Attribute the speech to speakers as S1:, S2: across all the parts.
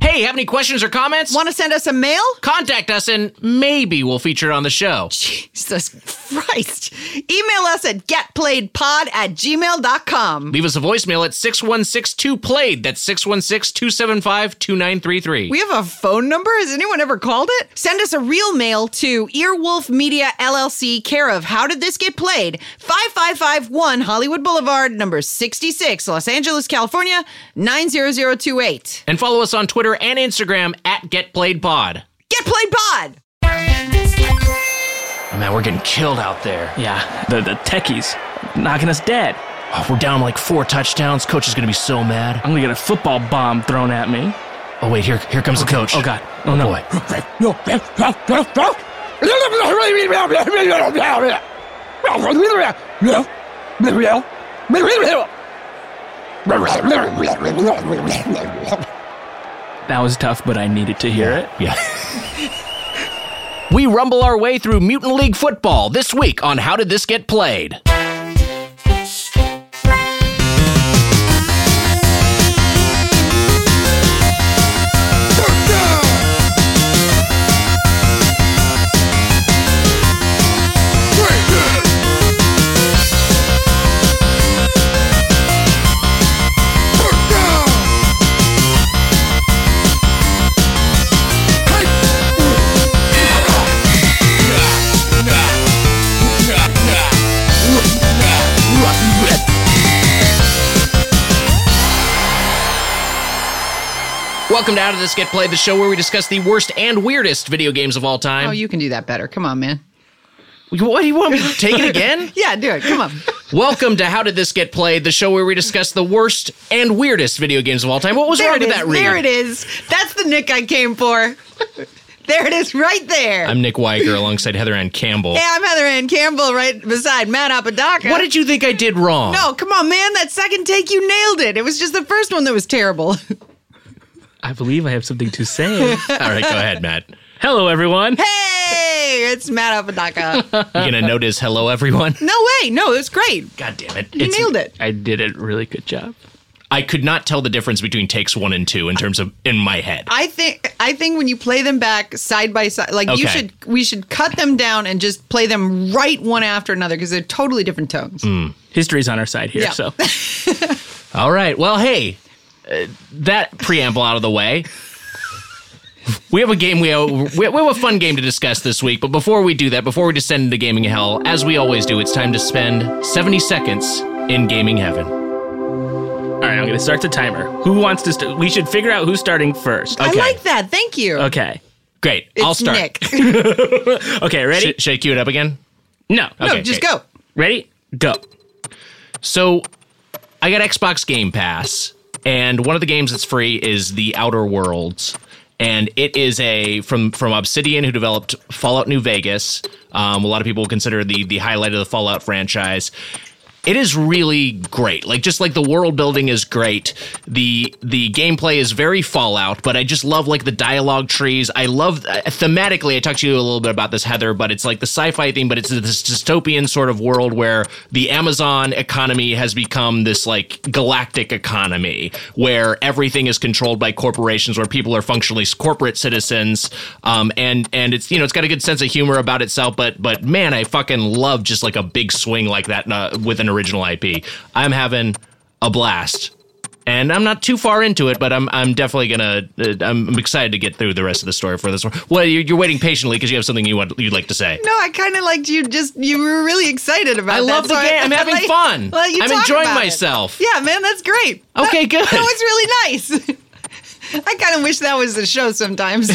S1: Hey, have any questions or comments?
S2: Want to send us a mail?
S1: Contact us and maybe we'll feature it on the show.
S2: Jesus Christ. Email us at getplayedpod at gmail.com.
S1: Leave us a voicemail at 6162-PLAYED. That's 616-275-2933.
S2: We have a phone number? Has anyone ever called it? Send us a real mail to Earwolf Media LLC, care of How Did This Get Played? 5551 Hollywood Boulevard, number 66, Los Angeles, California, 90028.
S1: and follow us on Twitter and Instagram at GetPlayedPod.
S2: Get Played Pod!
S1: Oh, Man, we're getting killed out there.
S3: Yeah, the, the techies knocking us dead.
S1: Oh, we're down like four touchdowns. Coach is going to be so mad.
S3: I'm gonna get a football bomb thrown at me.
S1: Oh, wait, here, here comes the coach.
S3: Oh god. Oh no.
S1: Boy.
S3: That was tough, but I needed to hear it.
S1: Yeah. we rumble our way through Mutant League football this week on How Did This Get Played? Welcome to How Did This Get Played, the show where we discuss the worst and weirdest video games of all time.
S2: Oh, you can do that better. Come on, man.
S1: what do you want me to take it again?
S2: Yeah, do it. Come on.
S1: Welcome to How Did This Get Played, the show where we discuss the worst and weirdest video games of all time. What was
S2: There
S1: wrong
S2: it
S1: with
S2: is.
S1: that read?
S2: There it is. That's the nick I came for. there it is, right there.
S1: I'm Nick Weiger alongside Heather Ann Campbell.
S2: hey, I'm Heather Ann Campbell, right beside Matt Apodaca.
S1: What did you think I did wrong?
S2: No, come on, man. That second take, you nailed it. It was just the first one that was terrible.
S3: I believe I have something to say.
S1: All right, go ahead, Matt.
S3: Hello, everyone.
S2: hey, it's Matt Apodaca.
S1: You're going to notice hello, everyone?
S2: no way. No, it was great.
S1: God damn it.
S2: You
S1: It's-
S2: nailed it.
S3: I did a really good job.
S1: I could not tell the difference between takes one and two in terms of in my head.
S2: I think I think when you play them back side by side, like you
S1: Okay.
S2: should, we should cut them down and just play them right one after another because they're totally different tones.
S1: Mm,
S3: History's on our side here,
S2: Yeah.
S3: so
S1: All right. Well, hey, uh, that preamble out of the way. We have a game. We have, we have a fun game to discuss this week. But before we do that, before we descend into gaming hell, as we always do, it's time to spend 70 seconds in gaming heaven.
S3: all right. I'm gonna start the timer. Who wants to? St- we should figure out who's starting first.
S2: I
S1: Okay.
S2: like that. Thank you.
S3: Okay.
S1: Great.
S2: It's
S1: I'll start.
S2: Nick.
S3: Okay. Ready?
S1: Sh- should I cue it up again?
S3: No.
S2: No,
S1: Okay,
S2: just
S1: okay.
S2: go.
S3: Ready? Go.
S1: So I got Xbox Game Pass, and one of the games that's free is The Outer Worlds, and it is a from from Obsidian who developed Fallout New Vegas. Um, a lot of people consider the the highlight of the Fallout franchise. It is really great. Like just like the world building is great. The the gameplay is very Fallout, but I just love like the dialogue trees. I love uh, thematically. I talked to you a little bit about this Heather, but it's like the sci-fi theme, but it's this dystopian sort of world where the Amazon economy has become this like galactic economy where everything is controlled by corporations, where people are functionally corporate citizens. Um, and and it's you know it's got a good sense of humor about itself, but but man, I fucking love just like a big swing like that uh, with an original IP. I'm having a blast. And I'm not too far into it, but I'm I'm definitely gonna uh, I'm, I'm excited to get through the rest of the story for this one. Well, you're, you're waiting patiently because you have something you want you'd like to say.
S2: No, I kind of liked you. Just you were really excited about.
S1: I
S2: that,
S1: love the
S2: so
S1: game. I'm having
S2: like-
S1: fun.
S2: Well, you
S1: I'm
S2: talk
S1: enjoying
S2: about it.
S1: myself.
S2: Yeah, man, that's great.
S1: Okay,
S2: That-
S1: good.
S2: That was really nice. I kind of wish that was the show sometimes.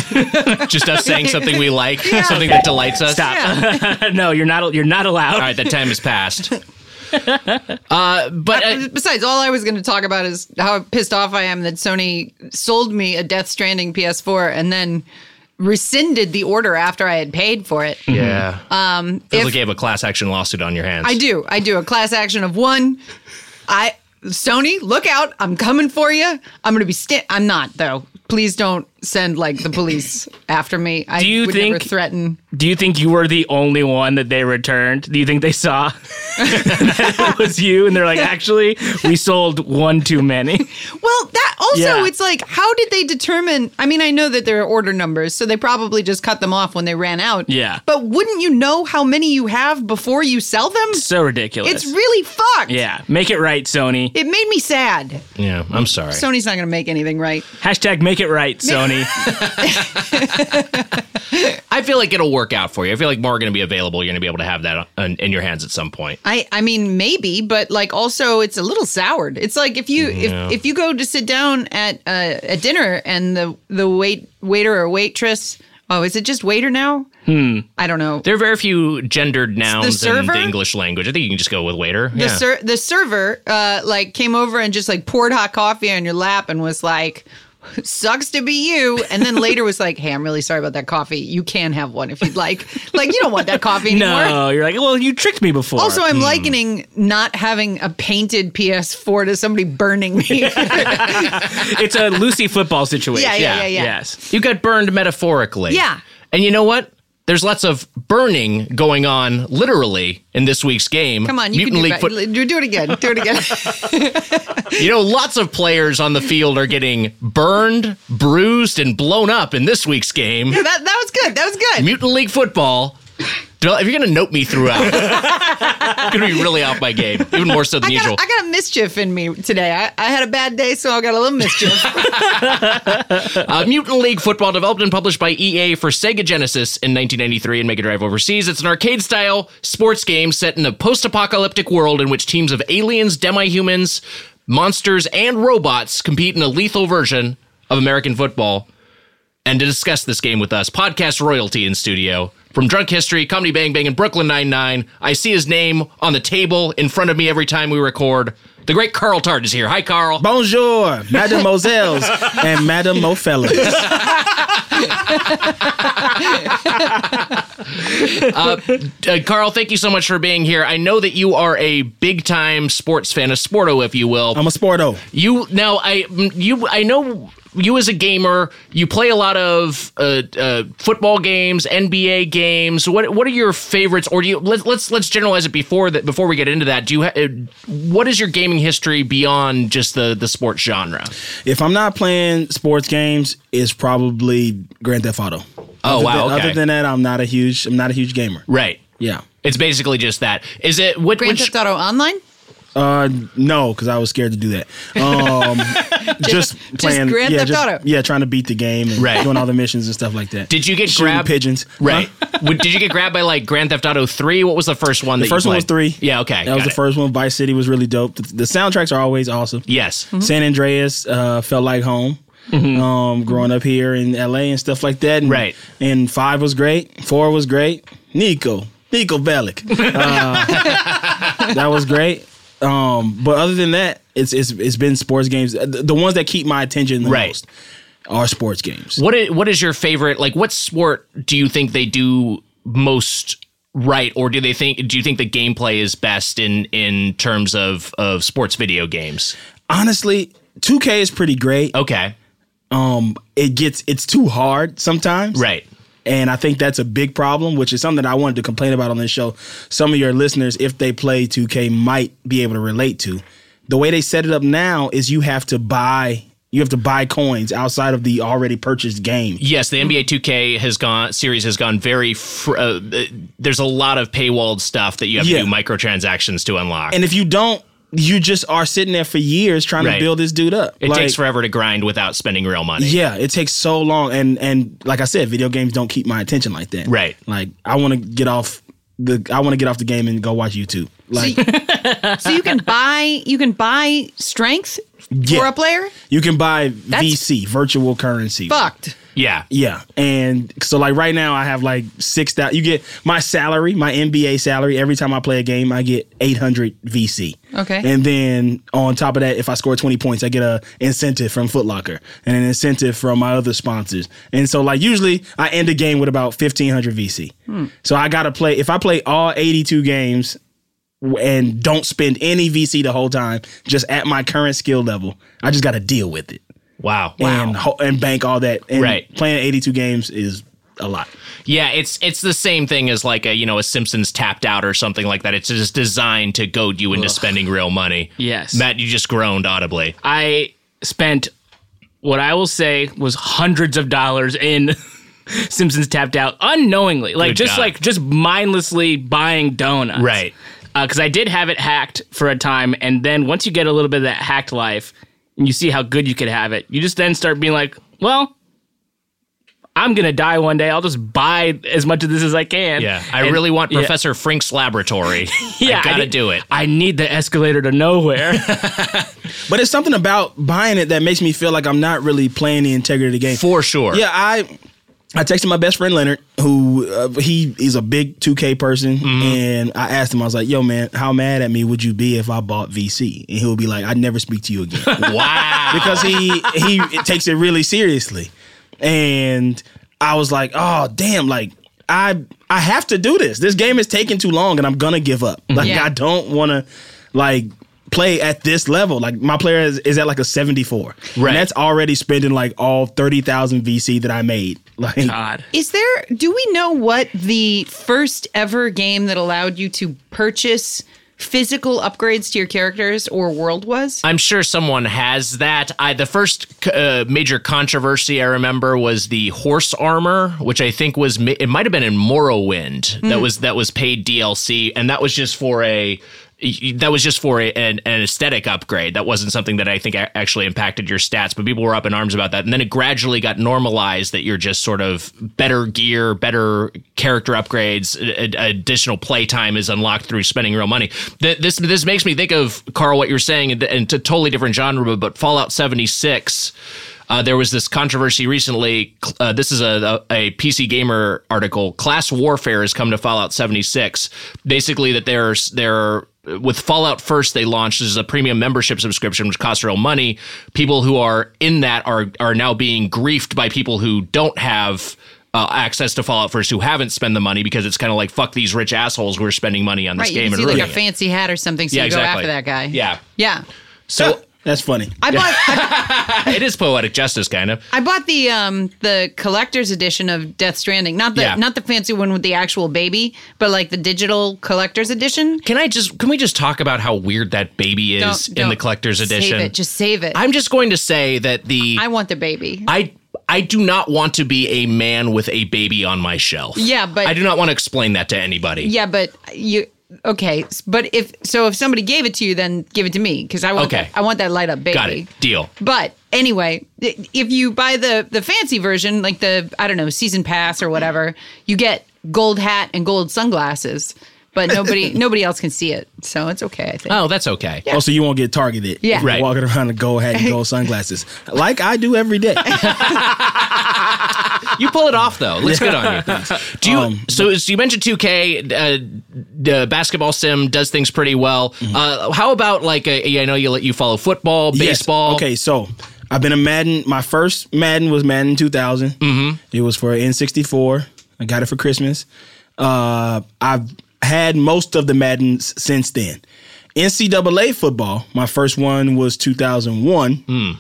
S1: Just us saying something we like,
S2: Yeah.
S1: something that delights us.
S3: Stop.
S2: yeah.
S3: no, you're not. You're not allowed.
S1: All right, that time has passed. Uh, but uh,
S2: Besides, all I was going to talk about is how pissed off I am that Sony sold me a Death Stranding PS4 and then rescinded the order after I had paid for it.
S1: yeah, um, feels
S2: if-
S1: like you have a class action lawsuit on your hands.
S2: I do. I do a class action of one. I Sony, look out! I'm coming for you. I'm gonna be. Sta- I'm not though. Please don't send like the police after me. I
S3: Do you
S2: would never
S3: think-
S2: threaten.
S3: Do you think you were the only one that they returned? Do you think they saw that it was you? And they're like, actually, we sold one too many.
S2: Well, that also
S3: Yeah.
S2: it's like how did they determine? I mean, I know that there are order numbers, so they probably just cut them off when they ran out.
S3: Yeah.
S2: But wouldn't you know how many you have before you sell them?
S3: So ridiculous.
S2: It's really fucked.
S3: yeah, make it right, Sony.
S2: It made me sad.
S1: Yeah, I'm sorry.
S2: Sony's not going to make anything right.
S3: Hashtag make it right, Sony.
S1: I feel like it'll work out for you. I feel like more are going to be available. You're going to be able to have that on, in your hands at some point.
S2: I I mean maybe, but like also it's a little soured. It's like if you
S1: Yeah.
S2: if if you go to sit down at uh, at dinner and the the wait waiter or waitress. Oh, is it just waiter now? Hmm. I don't know.
S1: There are very few gendered nouns in
S2: server?
S1: the English language. I think you can just go with waiter.
S2: the
S1: yeah.
S2: ser- the server uh, like came over and just like poured hot coffee on your lap and was like sucks to be you and then later was like hey i'm really sorry about that coffee you can have one if you'd like like you don't want that coffee anymore
S3: no, you're like, well, you tricked me before.
S2: also i'm likening not having a painted ps4 to somebody burning me yeah
S3: it's a Lucy football situation.
S2: yeah yeah yeah,
S3: Yes.
S1: you got burned metaphorically.
S2: Yeah.
S1: And you know what? There's lots of burning going on literally in this week's game.
S2: come on you
S1: Mutant
S2: can do,
S1: League
S2: that. do do it again do it again
S1: You know, lots of players on the field are getting burned, bruised, and blown up in this week's game.
S2: that, that was good that was good
S1: Mutant League Football. Devel- If you're going to note me throughout, I'm going to be really off my game, even more so than
S2: I
S1: usual.
S2: got, I got a mischief in me today. I, I had a bad day, so I got a little mischief.
S1: Uh, Mutant League Football, developed and published by EA for Sega Genesis in 1993 and Mega Drive overseas, it's an arcade-style sports game set in a post-apocalyptic world in which teams of aliens, demi-humans, monsters, and robots compete in a lethal version of American football. And to discuss this game with us, podcast royalty in studio from Drunk History, Comedy Bang Bang, and Brooklyn Nine Nine. I see his name on the table in front of me every time we record. The great Carl Tart is here. Hi, Carl.
S4: Bonjour, mademoiselles and madame mofellas.
S1: uh, Carl, thank you so much for being here. I know that you are a big time sports fan, a sporto, if you will.
S4: I'm a sporto.
S1: you now, I mm, you I know you as a gamer, you play a lot of uh, uh, football games, NBA games. What what are your favorites? Or do you let, let's let's generalize it before that before we get into that. Do you ha- uh, what is your gaming history beyond just the the sports genre?
S4: If I'm not playing sports games, it's probably Grand Theft Auto.
S1: Oh,
S4: Other
S1: wow,
S4: than-
S1: okay.
S4: Other than that, I'm not a huge I'm not a huge gamer.
S1: Right.
S4: Yeah.
S1: It's basically just that. Is it what?
S2: Grand
S1: which,
S2: Theft Auto Online?
S4: Uh, no, because I was scared to do that. Um, just playing.
S2: Grand
S4: yeah,
S2: Theft Auto.
S4: Yeah, trying to beat the game and
S1: Right.
S4: doing all the missions and stuff like that.
S1: did you get
S4: Shooting
S1: grabbed?
S4: pigeons?
S1: Right.
S4: Huh?
S1: Would- Did you get grabbed by like Grand Theft Auto 3? What was the first one that
S4: The first
S1: you
S4: one was
S1: played?
S4: three.
S1: Yeah, okay.
S4: That was
S1: got
S4: the
S1: it.
S4: first one. Vice City was really dope. The, the soundtracks are always awesome.
S1: Yes.
S4: Mm-hmm. San Andreas uh, felt like home. Um, growing up here in LA and stuff like that. And,
S1: Mm-hmm. Right.
S4: And five was great. Four was great. Nico, Nico Bellic. Uh, that was great. Um, but other than that, it's it's it's been sports games. The, the ones that keep my attention the
S1: Right.
S4: most are sports games.
S1: What is, what is your favorite like what sport do you think they do most right or do they think do you think the gameplay is best in in terms of of sports video games?
S4: Honestly, 2K is pretty great.
S1: Okay.
S4: Um, it gets it's too hard sometimes.
S1: Right.
S4: And I think that's a big problem, which is something that I wanted to complain about on this show. Some of your listeners, if they play 2K, might be able to relate to. The way they set it up now is you have to buy you have to buy coins outside of the already purchased game.
S1: Yes, the NBA 2K has gone series has gone very fr- uh, uh, there's a lot of paywalled stuff that you have
S4: Yeah.
S1: to do microtransactions to unlock.
S4: And if you don't, you just are sitting there for years trying
S1: Right.
S4: to build this dude up.
S1: it
S4: Like,
S1: takes forever to grind without spending real money.
S4: Yeah, it takes so long, and and like I said, video games don't keep my attention like that.
S1: Right.
S4: Like I want to get off the I want to get off the game and go watch YouTube. Like
S2: So you can buy you can buy strength for
S4: Yeah.
S2: a player.
S4: you can buy VC virtual currency.
S2: Fucked.
S1: Yeah.
S4: Yeah, and so like right now I have like six thousand. You get my salary, my NBA salary. Every time I play a game, I get eight hundred VC.
S2: Okay.
S4: and then on top of that, if I score twenty points, I get a incentive from Foot Locker and an incentive from my other sponsors. And so like usually I end a game with about fifteen hundred VC. So I gotta play. If I play all eighty-two games w- and don't spend any VC the whole time, just at my current skill level, I just gotta deal with it.
S1: Wow.
S4: and ho- and bank all that. And
S1: Right.
S4: playing 82 games is a lot.
S1: Yeah, it's it's the same thing as like a you know a Simpsons tapped out or something like that. It's just designed to goad you into spending real money.
S3: Yes.
S1: Matt, you just groaned audibly.
S3: I spent what I will say was hundreds of dollars in Simpsons Tapped Out unknowingly, like
S1: Good
S3: just
S1: job.
S3: like just mindlessly buying donuts,
S1: Right.
S3: Because I did have it hacked for a time, and then once you get a little bit of that hacked life, and you see how good you could have it, you just then start being like, well. I'm gonna die one day. I'll just buy as much of this as I can.
S1: Yeah, I
S3: And-
S1: really want
S3: yeah.
S1: Professor Frink's laboratory.
S3: Yeah,
S1: I gotta
S3: need-
S1: do it.
S3: I need the escalator to nowhere.
S4: But it's something about buying it that makes me feel like I'm not really playing the integrity of the game.
S1: For sure.
S4: Yeah, I I texted my best friend Leonard, who uh, he is a big 2K person,
S1: Mm-hmm.
S4: and I asked him, I was like, "Yo, man, how mad at me would you be if I bought VC?" And he'll be like, "I'd never speak to you again,"
S1: Wow.
S4: because he he takes it really seriously. And I was like, "Oh, damn! Like I I have to do this. This game is taking too long, and I'm gonna give up. Like
S2: Yeah.
S4: I don't want to like." Play at this level, like my player is, is at like a seventy four,
S1: Right.
S4: And that's already spending like all thirty thousand VC that I made. Like,
S1: Uh,
S3: God.
S2: Is there, do we know what the first ever game that allowed you to purchase physical upgrades to your characters or world was?
S1: I'm sure someone has that. I the first uh, major controversy I remember was the horse armor, which I think was mi- it might have been in Morrowind that was that was paid DLC, and that was just for a that was just for a, an, an aesthetic upgrade. That wasn't something that I think a- actually impacted your stats, but people were up in arms about that. And then it gradually got normalized that you're just sort of better gear, better character upgrades, a- a- additional playtime is unlocked through spending real money. Th- This this makes me think of Carl what you're saying, and, and to totally different genre, but Fallout 76. Uh, there was this controversy recently. cl- Uh, this is a, a, a PC Gamer article. Class warfare has come to Fallout 76. Basically, that there's there with Fallout First, they launched this is a premium membership subscription, which costs real money. People who are in that are are now being griefed by people who don't have. Uh, access to Fallout First who haven't spent the money because it's kind of like fuck these rich assholes who are spending money on this
S2: Right, you
S1: game
S2: can
S1: and
S2: see like
S1: ruining
S2: a
S1: it.
S2: fancy hat or something, so
S1: Yeah,
S2: you go
S1: exactly.
S2: after that guy.
S1: Yeah.
S2: yeah.
S1: So
S4: That's funny.
S2: I bought I,
S1: it is poetic justice, kind of.
S2: I bought the um the collector's edition of Death Stranding, not the
S1: Yeah.
S2: not the fancy one with the actual baby, but like the digital collector's edition.
S1: Can I just can we just talk about how weird that baby
S2: Don't-
S1: is in
S2: don't.
S1: the collector's
S2: Save
S1: edition?
S2: it. Just save it. i
S1: I'm just going to say that the I,
S2: want the baby.
S1: I do not want to be a man with a baby on my shelf.
S2: Yeah, but-
S1: I do not want to explain that to anybody.
S2: yeah, but you okay? s- But if so, if somebody gave it to you, then give it to me because I want
S1: Okay.
S2: that, I want that light up baby.
S1: Got it. Deal.
S2: But anyway, i- if you buy the the fancy version, like the I don't know season pass or whatever, you get gold hat and gold sunglasses. But nobody nobody else can see it, so it's okay. I think.
S1: Oh, that's okay.
S4: Oh, so you won't get targeted.
S2: Yeah.
S4: if you're
S1: Right.
S4: Walking around in gold hat and gold sunglasses, like I do every day.
S1: You pull it off though. Looks good on you. Do you
S4: Um,
S1: so, so you mentioned 2K uh, the basketball sim does things pretty well. Uh, how about like a, yeah, I know you let you follow football,
S4: Yes.
S1: baseball.
S4: Okay, so I've been a Madden. My first Madden was Madden 2000. Mm-hmm. It was for N64. I got it for Christmas. Uh, I've had most of the Maddens since then. NCAA football, my first one was 2001.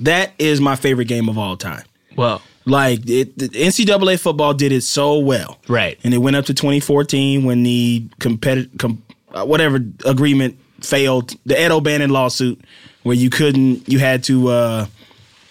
S4: That is my favorite game of all time.
S3: Whoa.
S4: Like it, the NCAA football did it so well,
S1: Right.
S4: And it went up to 2014 when the competitive, com- uh, whatever agreement failed, the Ed O'Bannon lawsuit, where you couldn't, you had to uh,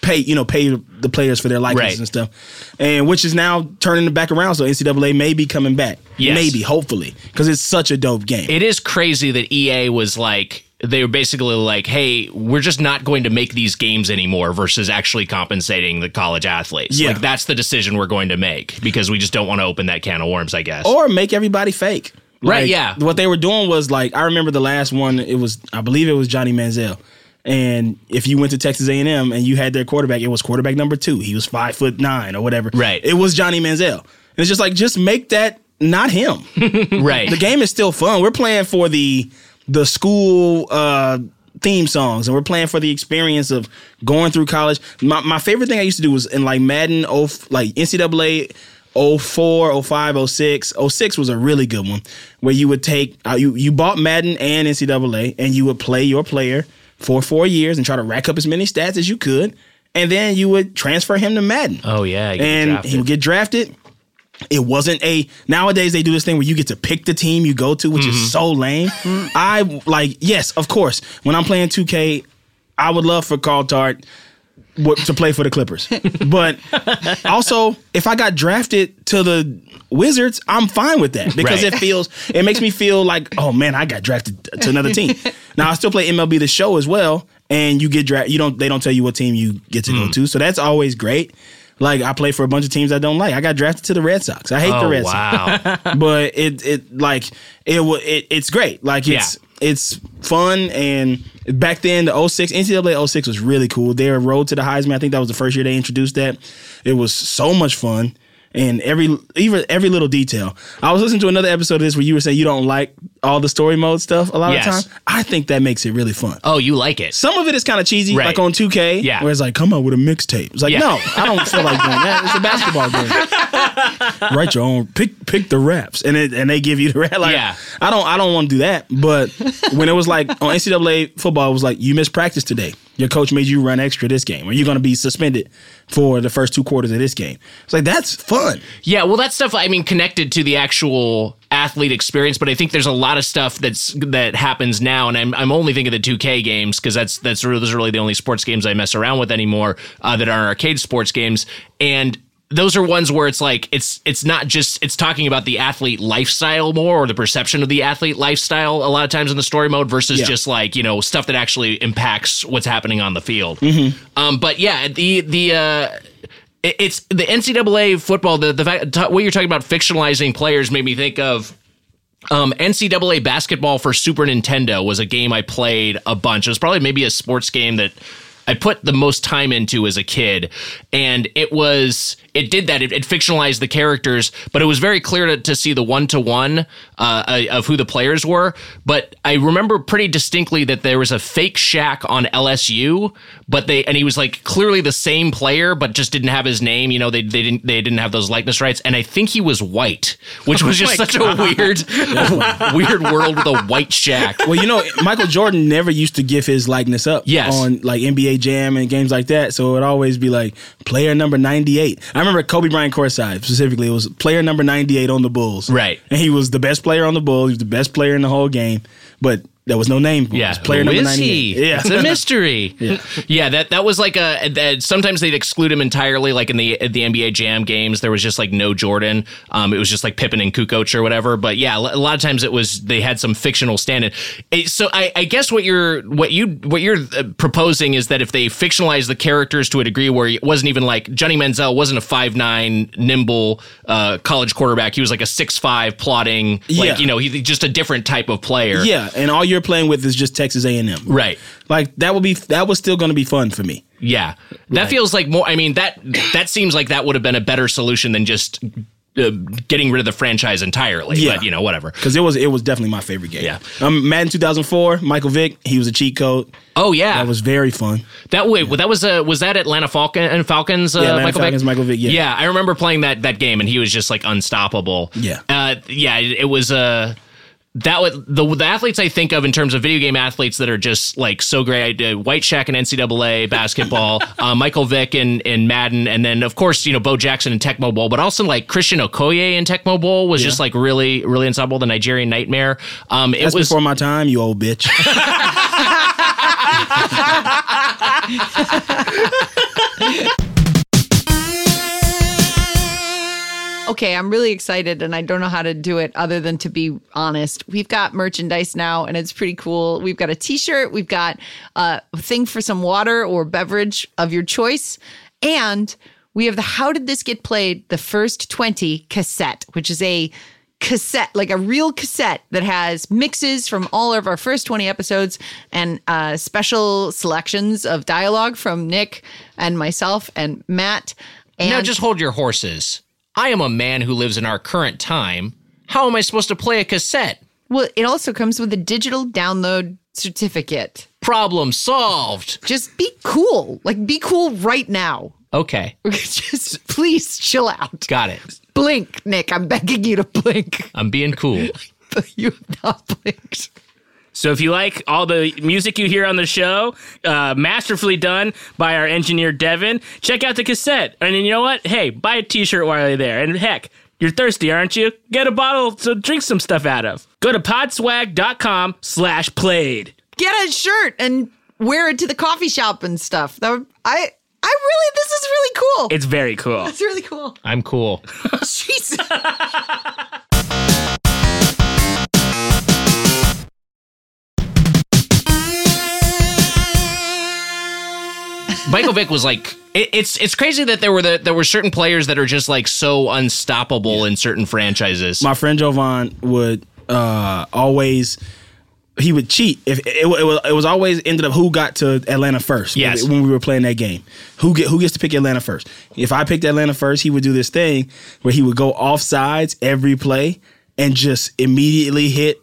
S4: pay, you know, pay the players for their likeness
S1: Right.
S4: and stuff, and which is now turning it back around. So NCAA may be coming back,
S1: Yes.
S4: maybe, hopefully, because it's such a dope game.
S1: it is crazy that EA was like they were basically like, "Hey, we're just not going to make these games anymore." Versus actually compensating the college athletes.
S4: Yeah.
S1: Like that's the decision we're going to make because we just don't want to open that can of worms. I guess.
S4: or make everybody fake.
S1: Right,
S4: Like,
S1: yeah.
S4: What they were doing was like I remember the last one. It was I believe it was Johnny Manziel. And if you went to Texas A and M and you had their quarterback, it was quarterback number two. He was five foot nine or whatever.
S1: Right.
S4: It was Johnny Manziel. And it's just like just make that not him.
S1: right.
S4: the game is still fun. We're playing for the the school uh, theme songs, and we're playing for the experience of going through college. My, my favorite thing I used to do was in like Madden, oh, like NCAA. 04, 05, 06. 06 was a really good one where you would take, uh, you, you bought Madden and NCAA and you would play your player for four years and try to rack up as many stats as you could and then you would transfer him to Madden.
S1: Oh yeah, you get
S4: and
S1: drafted.
S4: he would get drafted. It wasn't a nowadays they do this thing where you get to pick the team you go to, which is so lame. I like yes, of course. When I'm playing 2K, I would love for Carl Tart what, to play for the Clippers, but also if I got drafted to the Wizards, I'm fine with that because
S1: Right.
S4: it feels it makes me feel like oh man, I got drafted to another team. now I still play MLB the Show as well, and you get draft. You don't they don't tell you what team you get to
S1: Mm.
S4: go to, so that's always great. Like I play for a bunch of teams I don't like. I got drafted to the Red Sox. I hate the
S1: oh
S4: Red
S1: wow,
S4: Sox, but it it like it, wa- it it's great. Like it's it's fun and back then the 06 NCAA 06 was really cool. Their road to the Heisman, I think that was the first year they introduced that. It was so much fun and every even every little detail. I was listening to another episode of this where you were saying you don't like all the story mode stuff a lot
S1: Yes.
S4: of time. I think that makes it really fun.
S1: oh you like it?
S4: Some of it is kind of cheesy,
S1: Right.
S4: like on 2K,
S1: Yeah.
S4: where it's like, come out with a mixtape. It's like,
S1: Yeah.
S4: no, I don't feel like doing that. It's a basketball game. Write your own, pick pick the raps, and it, and they give you the rap. Like,
S1: Yeah.
S4: I don't I don't want to do that. But when it was like on NCAA football, it was like you missed practice today. Your coach made you run extra this game, or you're going to be suspended for the first two quarters of this game. It's like that's fun.
S1: Yeah, well, that stuff I mean connected to the actual athlete experience, but I think there's a lot of stuff that's that happens now, and I'm I'm only thinking the 2K games because that's that's really, those are really the only sports games I mess around with anymore uh, that aren't arcade sports games, and those are ones where it's like it's it's not just it's talking about the athlete lifestyle more or the perception of the athlete lifestyle a lot of times in the story mode versus
S4: Yeah.
S1: just like you know stuff that actually impacts what's happening on the field. Um, but yeah, the the uh, it- it's the NCAA football. The the fact t- what you're talking about fictionalizing players made me think of. Um, NCAA basketball for Super Nintendo was a game I played a bunch. It was probably maybe a sports game that I put the most time into as a kid, and it was it did that. It, it fictionalized the characters, but it was very clear to, to see the one to one of who the players were. But I remember pretty distinctly that there was a fake Shaq on LSU, but they and he was like clearly the same player, but just didn't have his name. You know, they they didn't they didn't have those likeness rights, and I think he was white, which was just such a weird weird world with a white Shaq.
S4: Well, you know, Michael Jordan never used to give his likeness up
S1: Yes.
S4: on like NBA Jam and games like that. So it would always be like player number 98. I remember Kobe Bryant courtside specifically. It was player number 98 on the Bulls.
S1: Right.
S4: And he was the best player on the Bulls. He was the best player in the whole game, but there was no name. for him. It
S1: Yeah,
S4: was player
S1: who
S4: number
S1: is
S4: 98.
S1: he?
S4: Yeah.
S1: it's a mystery. yeah. that that was like a that sometimes they'd exclude him entirely. Like in the the NBA Jam games, there was just like no Jordan. Um, it was just like Pippen and Kukoc or whatever. But yeah, a lot of times it was they had some fictional stand-in. It- so I, I guess what you're what you what you're uh, proposing is that if they fictionalize the characters to a degree where it wasn't even like Johnny Manziel wasn't a five nine nimble uh, college quarterback, he was like a six five plodding,
S4: Yeah.
S1: like you know, he just a different type of player.
S4: Yeah, and all you're playing with is just Texas A&M.
S1: Right.
S4: Like that would be that was still going to be fun for me.
S1: Yeah, that feels like more. I mean that that seems like that would have been a better solution than just uh, getting rid of the franchise entirely.
S4: Yeah.
S1: But you know, whatever.
S4: Cuz it was it was definitely my favorite game.
S1: Yeah.
S4: Um Madden 2004, Michael Vick, he was a cheat code.
S1: Oh yeah,
S4: That was very fun.
S1: that way. That was a was that Atlanta Falcon and Falcons. Uh,
S4: Yeah, Atlanta
S1: Michael Vick?
S4: Falcons, Michael Vick, yeah.
S1: I remember playing that that game, and he was just like unstoppable.
S4: Yeah.
S1: uh, yeah. It, it was Uh, that was the, the athletes I think of in terms of video game athletes that are just like so great. I did White Shack in NCAA basketball, uh, Michael Vick in, in Madden, and then of course you know Bo Jackson in Tecmo Bowl, but also like Christian Okoye in Tecmo Bowl was just like really really unstoppable. The Nigerian Nightmare. Um, it
S4: That's
S1: was
S4: before my time, you old bitch.
S2: Okay, I'm really excited and I don't know how to do it other than to be honest. We've got merchandise now and it's pretty cool. We've got a t shirt, we've got uh, a thing for some water or beverage of your choice. And we have the How Did This Get Played? The First 20 cassette, which is a cassette, like a real cassette that has mixes from all of our first 20 episodes and uh, special selections of dialogue from Nick and myself and Matt. And
S1: Now just hold your horses. I am a man who lives in our current time. How am I supposed to play a cassette?
S2: Well, it also comes with a digital download certificate.
S1: Problem solved.
S2: Just be cool. Like, be cool right now.
S1: Okay,
S2: Just please chill out.
S1: got it.
S2: Blink, Nick. I'm begging you to blink.
S1: I'm being cool.
S2: you have not blinked.
S3: So if you like all the music you hear on the show, uh, masterfully done by our engineer Devin, check out the cassette. And then you know what? Hey, buy a t-shirt while you're there. And heck, you're thirsty, aren't you? Get a bottle to drink some stuff out of. Go to podswag.com slash played.
S2: Get a shirt and wear it to the coffee shop and stuff. That would, I I really this is really cool.
S3: It's very cool.
S2: it's really cool.
S1: I'm cool.
S2: Jesus.
S1: Michael Vick was like, it, it's it's crazy that there were the, there were certain players that are just like so unstoppable in certain franchises.
S4: my friend Jovan would uh, always he would cheat if it, it, was it was always ended up who got to Atlanta first. when
S1: Yes.
S4: we- when we were playing that game, who get who gets to pick Atlanta first? If I picked Atlanta first, he would do this thing where he would go off sides every play and just immediately hit.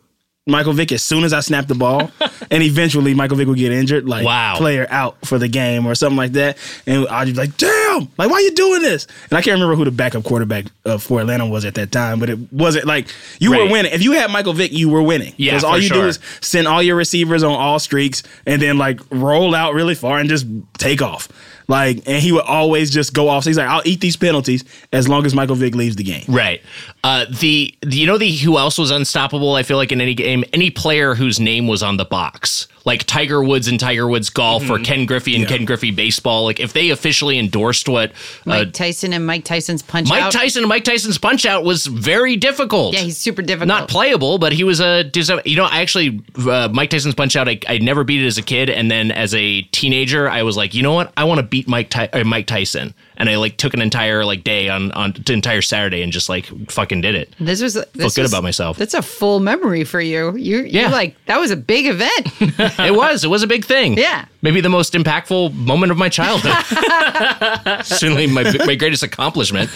S4: Michael Vick, as soon as I snapped the ball, and eventually Michael Vick would get injured, like
S1: Wow.
S4: player out for the game or something like that. And I'd be like, damn, like, why you doing this? And I can't remember who the backup quarterback uh, for Atlanta was at that time, but it wasn't like you
S1: Right.
S4: were winning. If you had Michael Vick, you were winning.
S1: Yeah,
S4: 'Cause
S1: for
S4: all you
S1: sure.
S4: do is send all your receivers on all streaks and then like roll out really far and just take off. Like, and he would always just go off. So he's like, I'll eat these penalties as long as Michael Vick leaves the game.
S1: Right. Uh, the, the you know the who else was unstoppable? I feel like in any game, any player whose name was on the box, like Tiger Woods and Tiger Woods golf,
S2: Mhm.
S1: or Ken Griffey and Ken Griffey baseball. Like if they officially endorsed what uh,
S2: Mike Tyson and Mike Tyson's punch
S1: Mike
S2: out.
S1: Tyson and Mike Tyson's punch out was very difficult.
S2: yeah, he's super difficult.
S1: not playable, but he was a dis- you know I actually uh, Mike Tyson's punch out. I, I never beat it as a kid, and then as a teenager, I was like, you know what, I want to beat Mike Ty- uh, Mike Tyson, and I like took an entire like day on on an entire Saturday and just like fucking did it.
S2: This was this
S1: good
S2: was-
S1: about myself.
S2: That's a full memory for you. You yeah.
S1: Yeah.
S2: you like that was a big event.
S1: it was it was a big thing.
S2: Yeah.
S1: maybe the most impactful moment of my childhood. Certainly my my greatest accomplishment.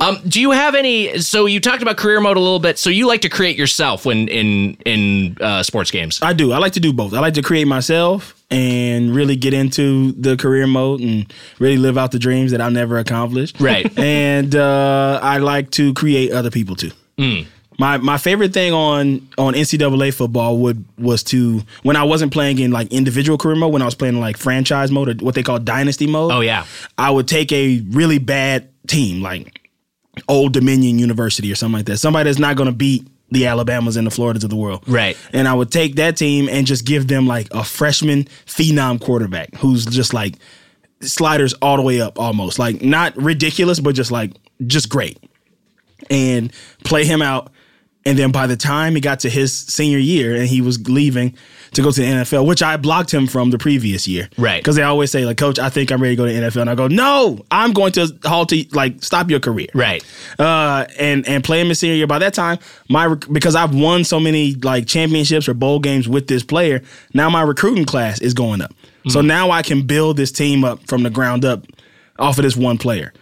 S1: Um, do you have any? So you talked about career mode a little bit. So you like to create yourself when in in uh, sports games.
S4: I do. I like to do both. I like to create myself and really get into the career mode and really live out the dreams that I'll never accomplish.
S1: Right.
S4: and uh, I like to create other people too.
S1: Mm.
S4: My my favorite thing on on NCAA football would was to when I wasn't playing in like individual career mode when I was playing in, like franchise mode or what they call dynasty mode.
S1: Oh, yeah.
S4: I would take a really bad team like Old Dominion University or something like that. Somebody that's not going to beat the Alabamas and the Floridas of the world.
S1: Right.
S4: And I would take that team and just give them like a freshman phenom quarterback who's just like sliders all the way up almost. Like not ridiculous, but just like just great. And play him out. And then by the time he got to his senior year and he was leaving to go to the NFL, which I blocked him from the previous year.
S1: Right.
S4: Because they always say, like, coach, I think I'm ready to go to the NFL. And I go, no, I'm going to halt, to, like, stop your career
S1: Right.
S4: uh, and and play him in senior year. By that time, my rec- because I've won so many like championships or bowl games with this player, now my recruiting class is going up. So now I can build this team up from the ground up off of this one player,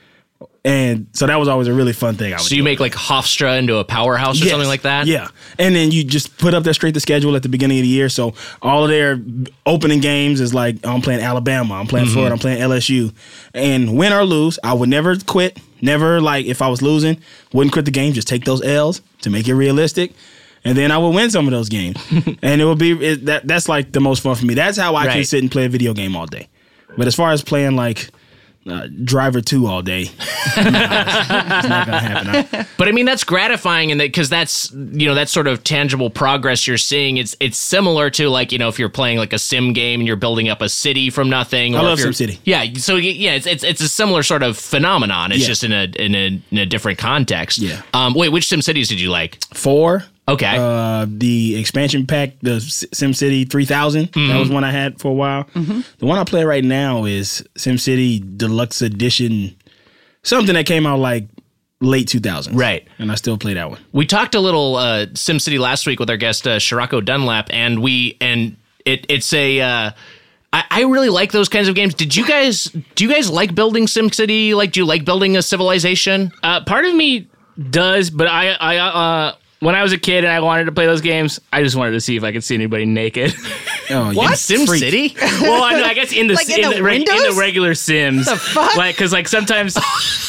S4: and so that was always a really fun thing. I would
S1: So you make like Hofstra into a powerhouse or
S4: Yes.
S1: something like that?
S4: Yeah. And then you just put up their straight to schedule at the beginning of the year. So all of their opening games is like oh, I'm playing Alabama, I'm
S1: Mm-hmm.
S4: playing Florida, I'm playing LSU. And win or lose, I would never quit. Never like if I was losing, wouldn't quit the game, just take those L's to make it realistic. And then I would win some of those games. and it would be it, that that's like the most fun for me. That's how I can
S1: Right.
S4: sit and play a video game all day. But as far as playing like uh, Driver 2 all day, nah, it's, it's not going to happen. I-
S1: But I mean that's gratifying and that cuz that's you know that's sort of tangible progress you're seeing. It's it's similar to like, you know, if you're playing like a sim game and you're building up a city from nothing
S4: I
S1: or
S4: love
S1: if you're-
S4: SimCity.
S1: Yeah, so y- yeah, it's it's it's a similar sort of phenomenon. It's
S4: Yeah.
S1: just in a, in a in a different context.
S4: Yeah.
S1: Um wait, which sim cities did you like?
S4: Four.
S1: Okay.
S4: Uh, the expansion pack, the S- SimCity 3000. That
S2: Mm-hmm.
S4: was one I had for a while. The one I play right now is SimCity Deluxe Edition, something that came out like late 2000s.
S1: Right.
S4: And I still play that one.
S1: We talked a little uh, SimCity last week with our guest uh, Shirako Dunlap, and we and it it's a. Uh, I, I really like those kinds of games. Did you guys do you guys like building SimCity? Like, do you like building a civilization?
S3: Uh, part of me does, but I, I, uh, when I was a kid and I wanted to play those games, I just wanted to see if I could see anybody naked.
S4: Oh,
S1: In
S4: what?
S1: SimCity?
S3: well, I, mean, I guess in the
S2: Like in
S3: in,
S2: the
S3: the, reg- in
S2: windows?
S3: the regular Sims,
S2: The fuck?
S3: like because like sometimes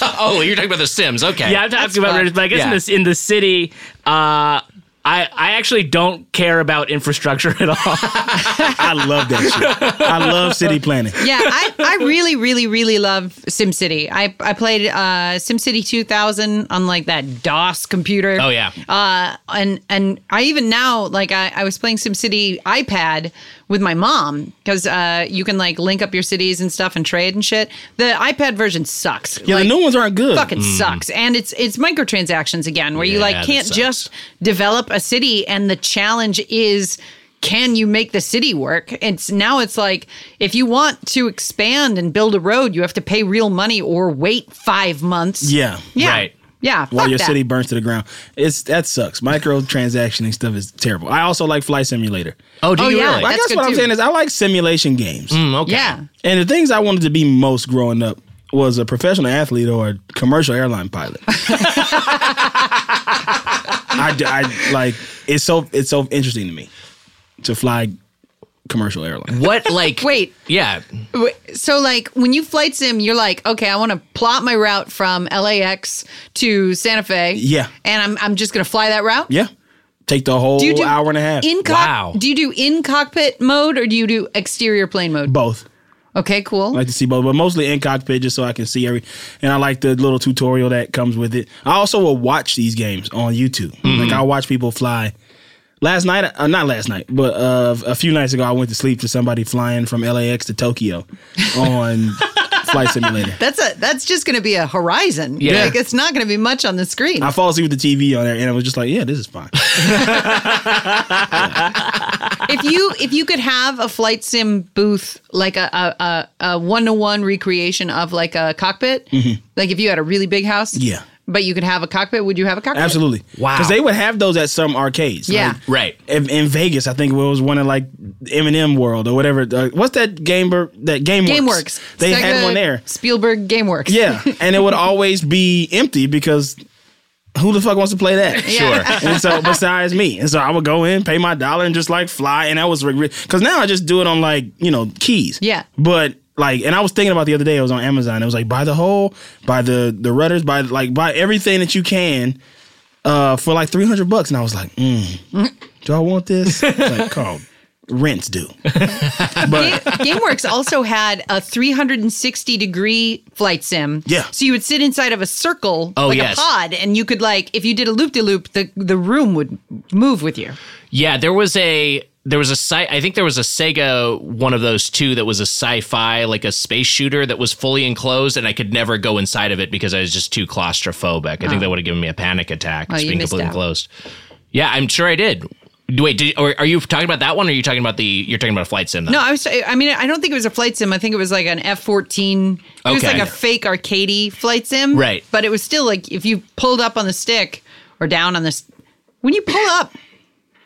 S1: oh, you're talking about the Sims. Okay.
S3: yeah, I'm
S2: That's
S3: talking about
S2: fun.
S3: but I guess
S1: Yeah.
S3: in the in the city, uh, I, I actually don't care about infrastructure at all.
S4: I love that shit. I love city planning.
S2: yeah, I, I really, really, really love SimCity. I, I played uh, SimCity 2000 on like that DOS computer.
S1: Oh, yeah.
S2: Uh, and and I even now like I, I was playing SimCity iPad with my mom because uh, you can like link up your cities and stuff and trade and shit. The iPad version sucks.
S4: Yeah,
S2: Like,
S4: the new ones aren't good.
S2: fucking sucks. And it's it's microtransactions again, where you
S1: Mm. Yeah,
S2: like
S1: that
S2: can't
S1: sucks.
S2: just develop a city, and the challenge is can you make the city work? It's now it's like if you want to expand and build a road, you have to pay real money or wait five months.
S4: Yeah.
S2: yeah,
S1: Right.
S2: yeah.
S4: While
S2: fuck
S4: your
S2: that.
S4: city burns to the ground, it's that sucks. Microtransaction stuff is terrible. I also like Flight Simulator.
S1: Oh, do
S2: Oh,
S1: you
S2: yeah.
S1: really?
S4: I
S2: That's
S4: guess
S2: good
S4: what I'm
S2: too.
S4: saying is I like simulation games.
S1: Mm, okay.
S2: yeah,
S4: And the things I wanted to be most growing up was a professional athlete or a commercial airline pilot. I, d- I- like it's so it's so interesting to me to fly commercial
S2: Mm-hmm.
S4: airline.
S1: What like?
S2: Wait.
S1: Yeah.
S2: Wait, So like when you flight sim, you're like, okay, I want to plot my route from LAX to Santa Fe.
S4: Yeah.
S2: and I'm I'm just gonna fly that route.
S4: Yeah, take the whole
S2: Do you do
S4: hour and a half.
S2: in cock-
S1: Wow.
S2: Do you do in cockpit mode or do you do exterior plane mode?
S4: both.
S2: Okay, cool.
S4: I like to see both, but mostly in cockpit just so I can see every. And I like the little tutorial that comes with it. I also will watch these games on YouTube. Like I watch people fly. Last night, uh, not last night, but uh, a few nights ago, I went to sleep to somebody flying from LAX to Tokyo on flight simulator.
S2: that's a that's just going to be a horizon.
S1: Yeah.
S2: like it's not going to be much on the screen.
S4: I fall asleep with the TV on there, and I was just like, "Yeah, this is fine."
S2: if you if you could have a flight sim booth, like a a, a, a one to one recreation of like a cockpit, like if you had a really big house,
S4: Mm-hmm. Yeah.
S2: but you could have a cockpit. Would you have a cockpit?
S4: Absolutely.
S1: Wow.
S4: Because they would have those at some arcades.
S2: Yeah.
S4: Like,
S1: Right.
S4: in, in Vegas, I think it was one in like Eminem World or whatever. Uh, what's that game? That GameWorks.
S2: GameWorks.
S4: They
S2: It's like
S4: had
S2: a
S4: one there.
S2: Spielberg GameWorks.
S4: Yeah, and it would always be empty because who the fuck wants to play that?
S2: Yeah.
S1: Sure.
S4: And so, besides me, and so I would go in, pay my dollar, and just like fly. And I was because now I just do it on like you know keys.
S2: Yeah.
S4: But like, and I was thinking about the other day. I was on Amazon. It was like buy the whole, buy the the rudders, buy like buy everything that you can, uh, for like three hundred bucks. And I was like, mm, do I want this? It's like, call rents due.
S2: Ga- GameWorks also had a 360 degree flight sim.
S4: Yeah.
S2: So you would sit inside of a circle,
S1: Oh,
S2: like
S1: yes.
S2: a pod, and you could like if you did a loop de loop, the the room would move with you.
S1: Yeah, there was a there was a site. I think there was a Sega one of those two that was a sci-fi like a space shooter that was fully enclosed, and I could never go inside of it because I was just too claustrophobic. I think that would have given me a panic attack just
S2: Oh. you
S1: being
S2: missed
S1: completely
S2: out.
S1: enclosed. Yeah, I'm sure I did. Wait, did, or are you talking about that one? Or are you talking about the? You're talking about a flight sim? Though?
S2: No, I was. I mean, I don't think it was a flight sim. I think it was like an F-14. It was
S1: Okay.
S2: like a fake arcadey flight sim.
S1: Right.
S2: But it was still like if you pulled up on the stick or down on this, when you pull up.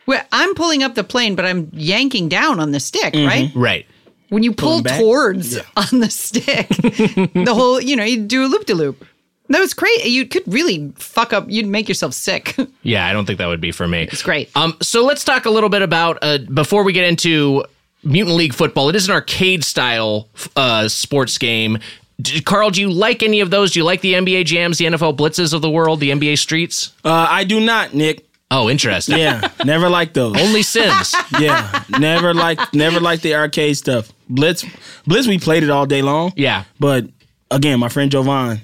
S2: Well, I'm pulling up the plane, but I'm yanking down on the stick, right?
S1: right.
S2: when you pull
S4: Pulling back?
S2: towards
S4: Yeah.
S2: on the stick, the whole you know you do a loop de loop. That was crazy. You could really fuck up. You'd make yourself sick.
S1: Yeah, I don't think that would be for me. It's
S2: great.
S1: Um, so let's talk a little bit about uh, before we get into Mutant League Football. It is an arcade style uh, sports game. D- Carl, do you like any of those? Do you like the NBA jams, the NFL blitzes of the world, the NBA streets?
S4: Uh, I do not, Nick.
S1: Oh, interesting.
S4: Yeah, never liked those.
S1: Only Sims.
S4: yeah, never liked never liked the arcade stuff. Blitz, Blitz, we played it all day long.
S1: Yeah.
S4: but again, my friend Jovan,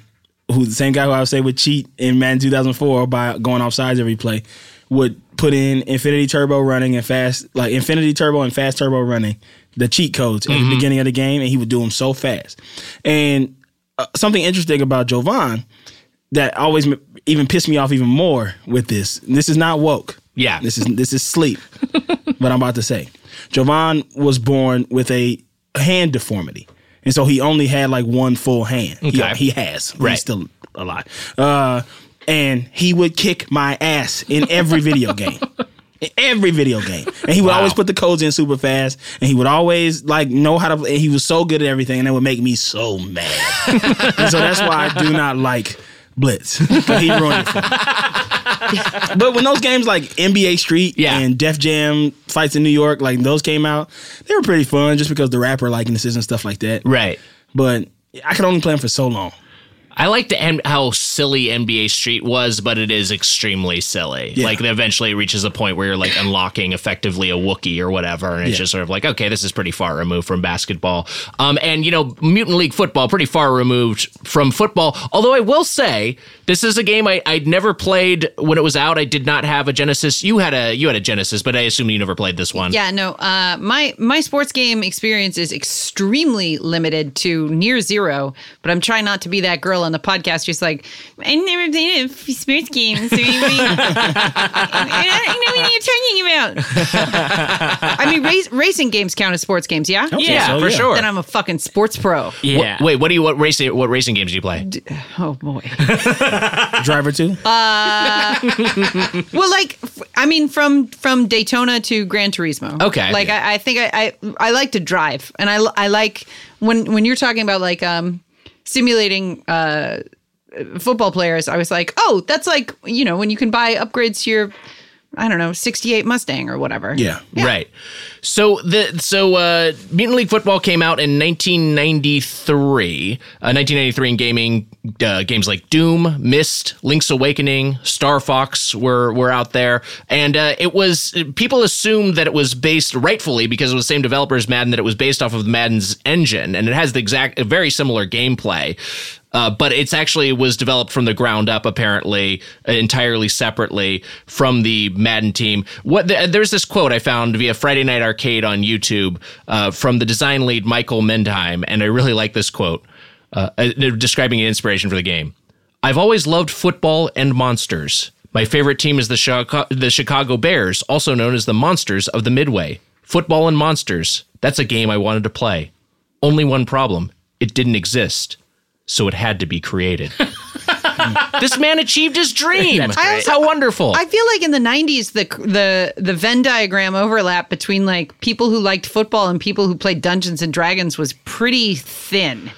S4: who the same guy who I would say would cheat in Madden 2004 by going off sides every play, would put in Infinity Turbo running and fast like Infinity Turbo and fast turbo running the cheat codes
S1: Mm-hmm.
S4: at the beginning of the game, and he would do them so fast. And uh, something interesting about Jovan that always m- even pissed me off even more with this. This is not woke.
S1: Yeah.
S4: This is this is sleep. what I'm about to say. Jovan was born with a hand deformity. And so he only had like one full hand. He-
S1: Okay.
S4: He, has.
S1: Right.
S4: He's still alive. Uh, and he would kick my ass in every video game. In every video game. And he would
S1: Wow.
S4: always put the codes in super fast. And he would always like know how to play. He was so good at everything. And it would make me so mad. And so that's why I do not like Blitz. 'Cause He ruined it for me. But when those games like NBA Street
S1: Yeah.
S4: and Def Jam fights in New York, like those came out, they were pretty fun just because the rapper likenesses and stuff like that.
S1: right.
S4: But I could only play them for so long.
S1: I like the and how silly NBA Street was, but it is extremely silly.
S4: Yeah.
S1: Like eventually it reaches a point where you're like unlocking effectively a Wookiee or whatever, and it's
S4: Yeah.
S1: just sort of like, okay, this is pretty far removed from basketball. Um, and you know, Mutant League Football, pretty far removed from football. Although I will say, this is a game I, I'd never played when it was out. I did not have a Genesis. You had a you had a Genesis, but I assume you never played this one.
S2: Yeah, no. Uh, my my sports game experience is extremely limited to near zero. But I'm trying not to be that girl on the podcast who's like, I never played a f- sports game, so anybody, I, I don't know what you're talking about. I mean, race, racing games count as sports games, yeah.
S4: I would say
S1: Yeah,
S4: so,
S1: for sure.
S2: Then I'm a fucking sports pro.
S1: What-
S3: Yeah.
S1: wait, what do you what racing what racing games do you play?
S2: Oh boy.
S4: Driver two.
S2: well, like f- I mean, from from Daytona to Gran Turismo.
S1: Okay.
S2: Like I, I think I, I I like to drive, and I l- I like when when you're talking about like um simulating uh football players. I was like, oh, that's like you know when you can buy upgrades to your I don't know '68 Mustang or whatever.
S4: Yeah.
S1: Right. So the so uh, Mutant League Football came out in 1993. Uh, 1993 in gaming uh, games like Doom, Myst, Link's Awakening, Star Fox were were out there, and uh, it was people assumed that it was based rightfully because it was the same developers Madden that it was based off of Madden's engine, and it has the exact a very similar gameplay. Uh, but it's actually was developed from the ground up, apparently uh, entirely separately from the Madden team. What the, there's this quote I found via Friday Night Arcade on YouTube uh, from the design lead Michael Mendheim, and I really like this quote uh, uh, describing an inspiration for the game. I've always loved football and monsters. My favorite team is the Chicago, the Chicago Bears, also known as the Monsters of the Midway. Football and monsters. That's a game I wanted to play. Only one problem: it didn't exist so it had to be created. this man achieved his dream.
S2: great. also-
S1: How wonderful.
S2: I feel like in the '90s, the the the Venn diagram overlap between like people who liked football and people who played Dungeons and Dragons was pretty thin.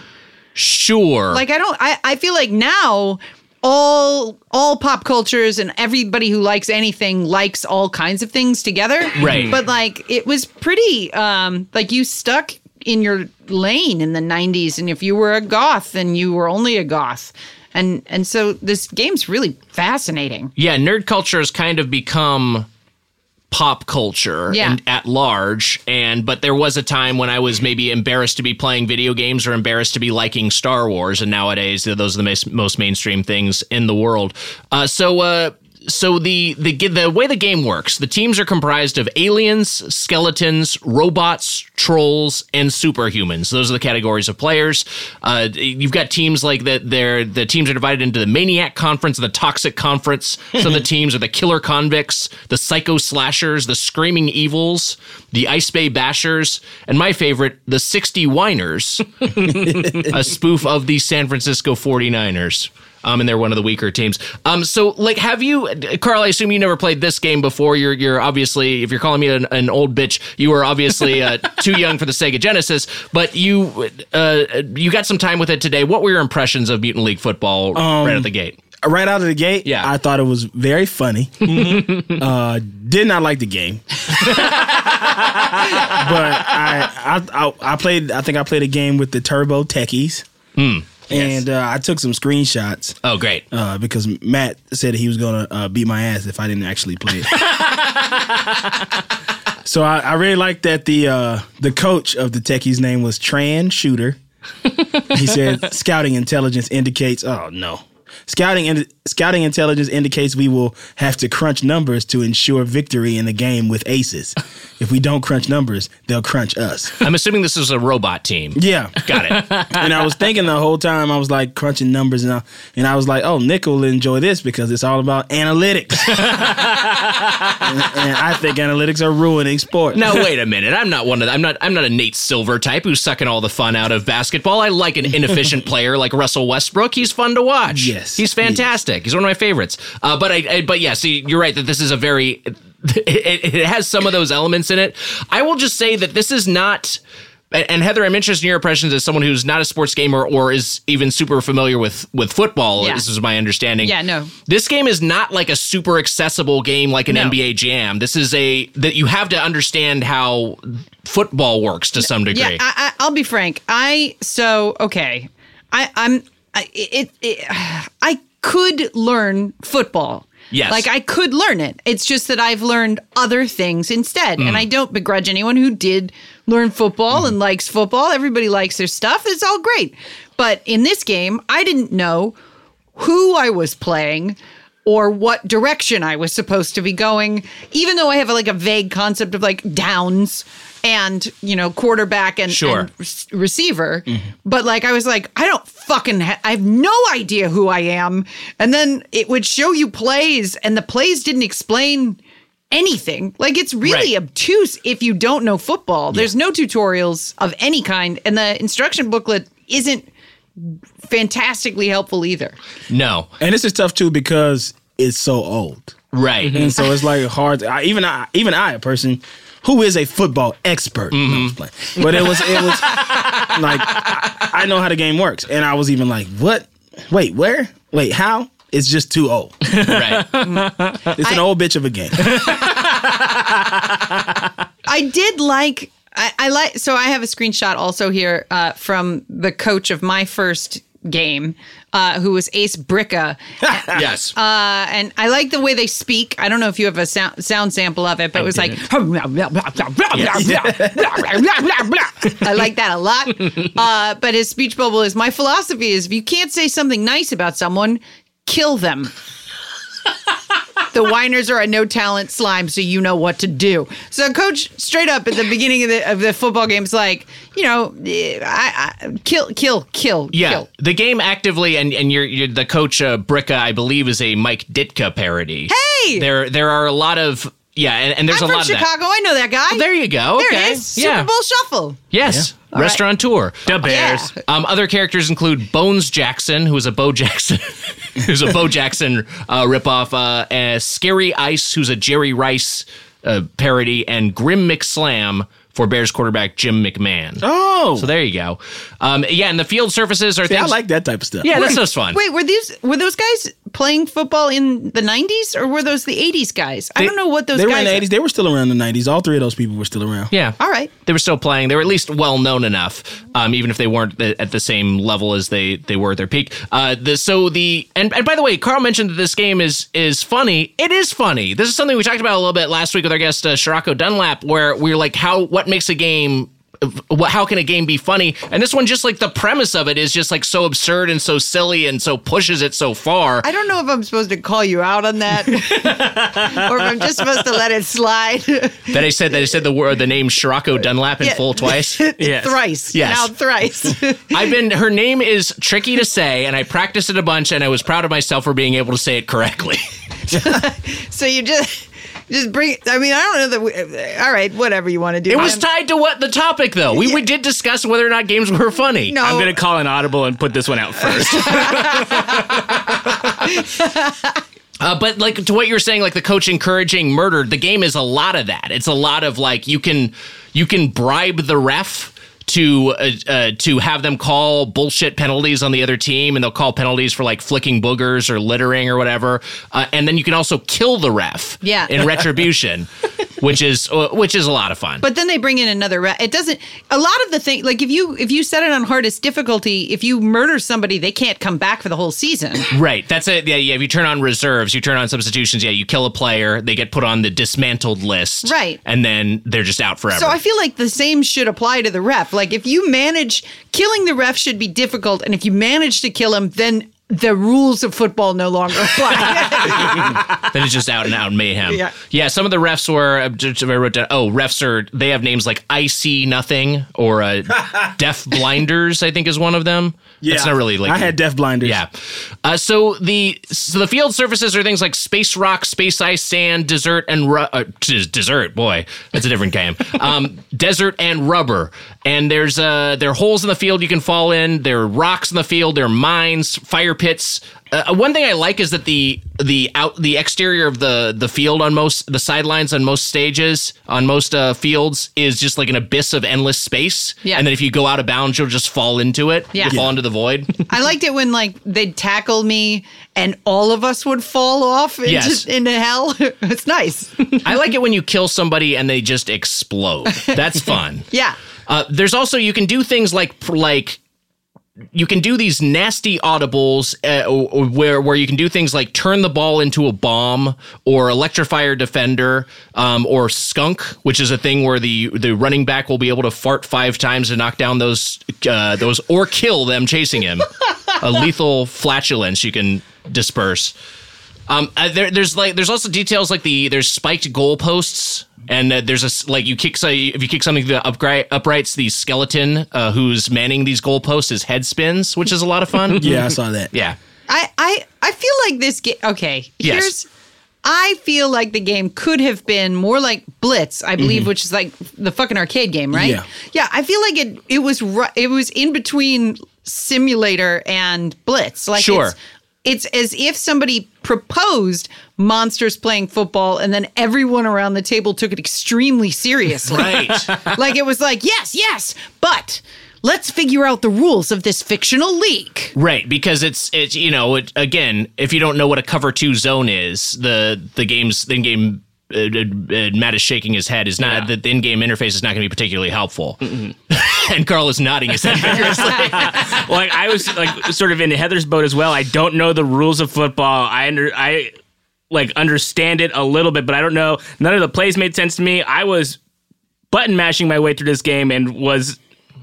S1: sure.
S2: like i don't i, I feel like now all all pop cultures and everybody who likes anything likes all kinds of things together
S1: Right.
S2: but like it was pretty um like you stuck in your lane in the 90s and if you were a goth then you were only a goth and and so this game's really fascinating
S1: yeah, nerd culture has kind of become pop culture
S2: Yeah.
S1: and at large and but there was a time when I was maybe embarrassed to be playing video games or embarrassed to be liking Star Wars and nowadays those are the mas- most mainstream things in the world. Uh, so uh so the, the g- the way the game works, the teams are comprised of aliens, skeletons, robots, trolls, and superhumans. Those are the categories of players. Uh, you've got teams like that. They're the teams are divided into the maniac conference and the toxic conference. So the teams are the killer convicts, the psycho slashers, the screaming evils, the ice bay bashers, and my favorite, the sixty whiners a spoof of the San Francisco 49ers. Um, and they're one of the weaker teams. Um, so like, have you, Carl? I assume you never played this game before. You're, you're obviously, if you're calling me an, an old bitch, you were obviously uh, too young for the Sega Genesis. But you, uh, you got some time with it today. What were your impressions of Mutant League Football right at the gate?
S4: Right out of the gate,
S1: Yeah. Mm-hmm.
S4: I thought it was very funny. uh, did not like the game, but I, I I I played. I think I played a game with the Turbo Techies,
S1: Hmm.
S4: and uh, I took some screenshots.
S1: Oh, great!
S4: uh, because Matt said he was gonna uh, beat my ass if I didn't actually play it. so I, I really like that the uh, the coach of the Techies name was Tran Shooter. he said scouting intelligence indicates. Oh no. Scouting in, scouting intelligence indicates we will have to crunch numbers to ensure victory in the game with aces. If we don't crunch numbers, they'll crunch us.
S1: I'm assuming this is a robot team.
S4: Yeah,
S1: Got it.
S4: and I was thinking the whole time I was like crunching numbers and I, and I was like, oh, Nick will enjoy this because it's all about analytics. and, and I think analytics are ruining sports.
S1: Now wait a minute. I'm not one of. The, I'm not. I'm not a Nate Silver type who's sucking all the fun out of basketball. I like an inefficient player like Russell Westbrook. He's fun to watch.
S4: Yes,
S1: he's
S4: he is.
S1: fantastic. He's one of my favorites. Uh, but I, I. But yeah. See, you're right that this is a very. It, it has some of those elements in it. I will just say that this is not. And and Heather, I'm interested in your impressions as someone who's not a sports gamer or is even super familiar with with football.
S2: Yeah.
S1: This is my understanding.
S2: Yeah, no.
S1: This game is not like a super accessible game like an
S2: No.
S1: NBA Jam. This is a that you have to understand how football works to some degree.
S2: Yeah, I, I, I'll be frank. I so okay. I I'm I, it, it I could learn football.
S1: Yes.
S2: Like I could learn it. It's just that I've learned other things instead. And I don't begrudge anyone who did learn football and likes football. Everybody likes their stuff. It's all great. But in this game, I didn't know who I was playing or what direction I was supposed to be going, even though I have like a vague concept of like downs and, you know, quarterback and,
S1: Sure.
S2: and rec- receiver. But like, I was like, I don't fucking, ha- I have no idea who I am. And then it would show you plays, and the plays didn't explain anything. Like, it's really
S1: Right.
S2: obtuse if you don't know football. There's no tutorials of any kind, and the instruction booklet isn't fantastically helpful either.
S1: No.
S4: And this is tough too because it's so old.
S1: Right.
S4: And so it's like hard. I, even I, even I, a person who is a football expert, No, I'm just playing. but it was it was like I, I know how the game works, and I was even like, what? Wait, where? Wait, how? It's just too old.
S1: Right.
S4: It's an old bitch of a game.
S2: I did like. I, I like. So I have a screenshot also here uh, from the coach of my first game, uh, who was Ace Bricka,
S1: yes.
S2: uh, and I like the way they speak. I don't know if you have a sound sound sample of it, but it was like. I like that a lot. Uh, but his speech bubble is my philosophy is if you can't say something nice about someone, kill them. the whiners are a no talent slime, so you know what to do. So, coach, straight up at the beginning of the, of the football game, is like, you know, eh, I, I kill, kill, kill,
S1: Yeah,
S2: kill.
S1: the game actively, and and you're, you're the coach uh, Bricka, I believe, is a Mike Ditka parody.
S2: Hey!
S1: there there are a lot of yeah, and, and there's
S2: I'm
S1: a
S2: from
S1: lot of that.
S2: Chicago. I know that guy.
S1: There you go.
S2: There
S1: okay.
S2: it is.
S1: Yeah.
S2: Super Bowl Shuffle.
S1: Yes.
S2: right.
S1: Restaurateur.
S3: The Bears.
S2: Yeah.
S1: Um, other characters include Bones Jackson, who is a Bo Jackson, who's a Bo Jackson uh, ripoff, uh, uh, Scary Ice, who's a Jerry Rice uh, parody, and Grim McSlam for Bears quarterback Jim McMahon.
S4: Oh,
S1: So there you go. Um, yeah, and the field surfaces are
S4: yeah, I
S1: things.
S4: like that type of stuff.
S1: yeah, that stuff's fun.
S2: Wait, were these were those guys playing football in the '90s or were those the '80s guys? I don't know what those
S4: they were
S2: guys.
S4: in the '80s. They were still around the '90s. All three of those people were still around.
S1: Yeah.
S2: All right.
S1: They were still playing. They were at least well known enough, um, even if they weren't the, at the same level as they, they were at their peak. Uh, the, so the and, and by the way, Carl mentioned that this game is is funny. It is funny. This is something we talked about a little bit last week with our guest uh, Shirako Dunlap, where we were like, how what makes a game what, how can a game be funny? And this one, just like the premise of it, is just like so absurd and so silly and so pushes it so far.
S2: I don't know if I'm supposed to call you out on that, or if I'm just supposed to let it slide
S1: that I said that I said the word the name Shirako Dunlap in
S2: Yeah.
S1: full twice.
S3: Yes.
S2: thrice.
S1: Yes.
S2: Now thrice.
S1: I've been her name is tricky to say, and I practiced it a bunch, and I was proud of myself for being able to say it correctly.
S2: so you just just bring. I mean, I don't know that. We, all right, whatever you want to do.
S1: It was
S2: I'm-
S1: tied to what the topic though. We, we did discuss whether or not games were funny.
S2: No.
S3: I'm gonna call an audible and put this one out first.
S1: Uh, but like to what you're saying, like the coach encouraging murder, the game is a lot of that. It's a lot of like you can you can bribe the ref to uh, uh, to have them call bullshit penalties on the other team, and they'll call penalties for like flicking boogers or littering or whatever. Uh, and then you can also kill the ref
S2: Yeah.
S1: in retribution, which is uh, which is a lot of fun.
S2: But then they bring in another rat. It doesn't. A lot of the thing, like if you if you set it on hardest difficulty, if you murder somebody, they can't come back for the whole season.
S1: Right. That's it. Yeah, yeah. If you turn on reserves, you turn on substitutions. Yeah, you kill a player, they get put on the dismantled list.
S2: Right.
S1: And then they're just out forever.
S2: So I feel like the same should apply to the ref. Like if you manage killing the ref should be difficult, and if you manage to kill him, then the rules of football no longer apply.
S1: then it's just out and out mayhem.
S2: Yeah.
S1: Some of the refs were. I just- I wrote down. Oh, refs are. They have names like icy nothing or uh, deaf blinders. I think is one of them. That's not really like
S4: I had deaf blinders.
S1: Yeah. Uh, so the so the field surfaces are things like space rock, space ice, sand, desert, and ru- uh, des- desert. Boy, that's a different game. Um, desert and rubber. And there's uh there are holes in the field you can fall in. There are rocks in the field. There are mines, fire pits. Uh, one thing I like is that the the out the exterior of the the field on most the sidelines on most stages on most uh, fields is just like an abyss of endless space.
S2: Yeah.
S1: And then if you go out of bounds, you'll just fall into it.
S2: Yeah.
S1: You'll fall into the void.
S2: I liked it when like they'd tackle me and all of us would fall off into,
S1: Yes.
S2: into hell. it's nice.
S1: I like it when you kill somebody and they just explode. That's fun.
S2: Yeah.
S1: Uh, there's also you can do things like like you can do these nasty audibles uh, where where you can do things like turn the ball into a bomb or electrify your defender um, or skunk, which is a thing where the the running back will be able to fart five times to knock down those uh, those or kill them chasing him. a lethal flatulence you can disperse. Um, uh, there, there's like there's also details like the there's spiked goalposts and uh, there's a s- like you kick say if you kick something to the upright uprights the skeleton uh, who's manning these goalposts his head spins which is a lot of fun
S4: Yeah, I saw that.
S1: yeah
S2: I I I feel like this game. Okay,
S1: Yes.
S2: here's. I feel like the game could have been more like Blitz, I believe,
S1: Mm-hmm.
S2: which is like the fucking arcade game, right?
S4: Yeah.
S2: Yeah, I feel like it. It was ru- it was in between simulator and Blitz. Like
S1: Sure.
S2: It's, it's as if somebody proposed monsters playing football, and then everyone around the table took it extremely seriously.
S1: right
S2: like it was like, yes, yes, but let's figure out the rules of this fictional league.
S1: right because it's it's you know it, again if you don't know what a cover two zone is the the game's in game uh, uh, Matt is shaking his head is not the in game interface is not going to be particularly helpful and Carl is nodding his head vigorously.
S3: like I was like sort of in Heather's boat as well. I don't know the rules of football. I under I like understand it a little bit, but I don't know. None of the plays made sense to me. I was button mashing my way through this game and was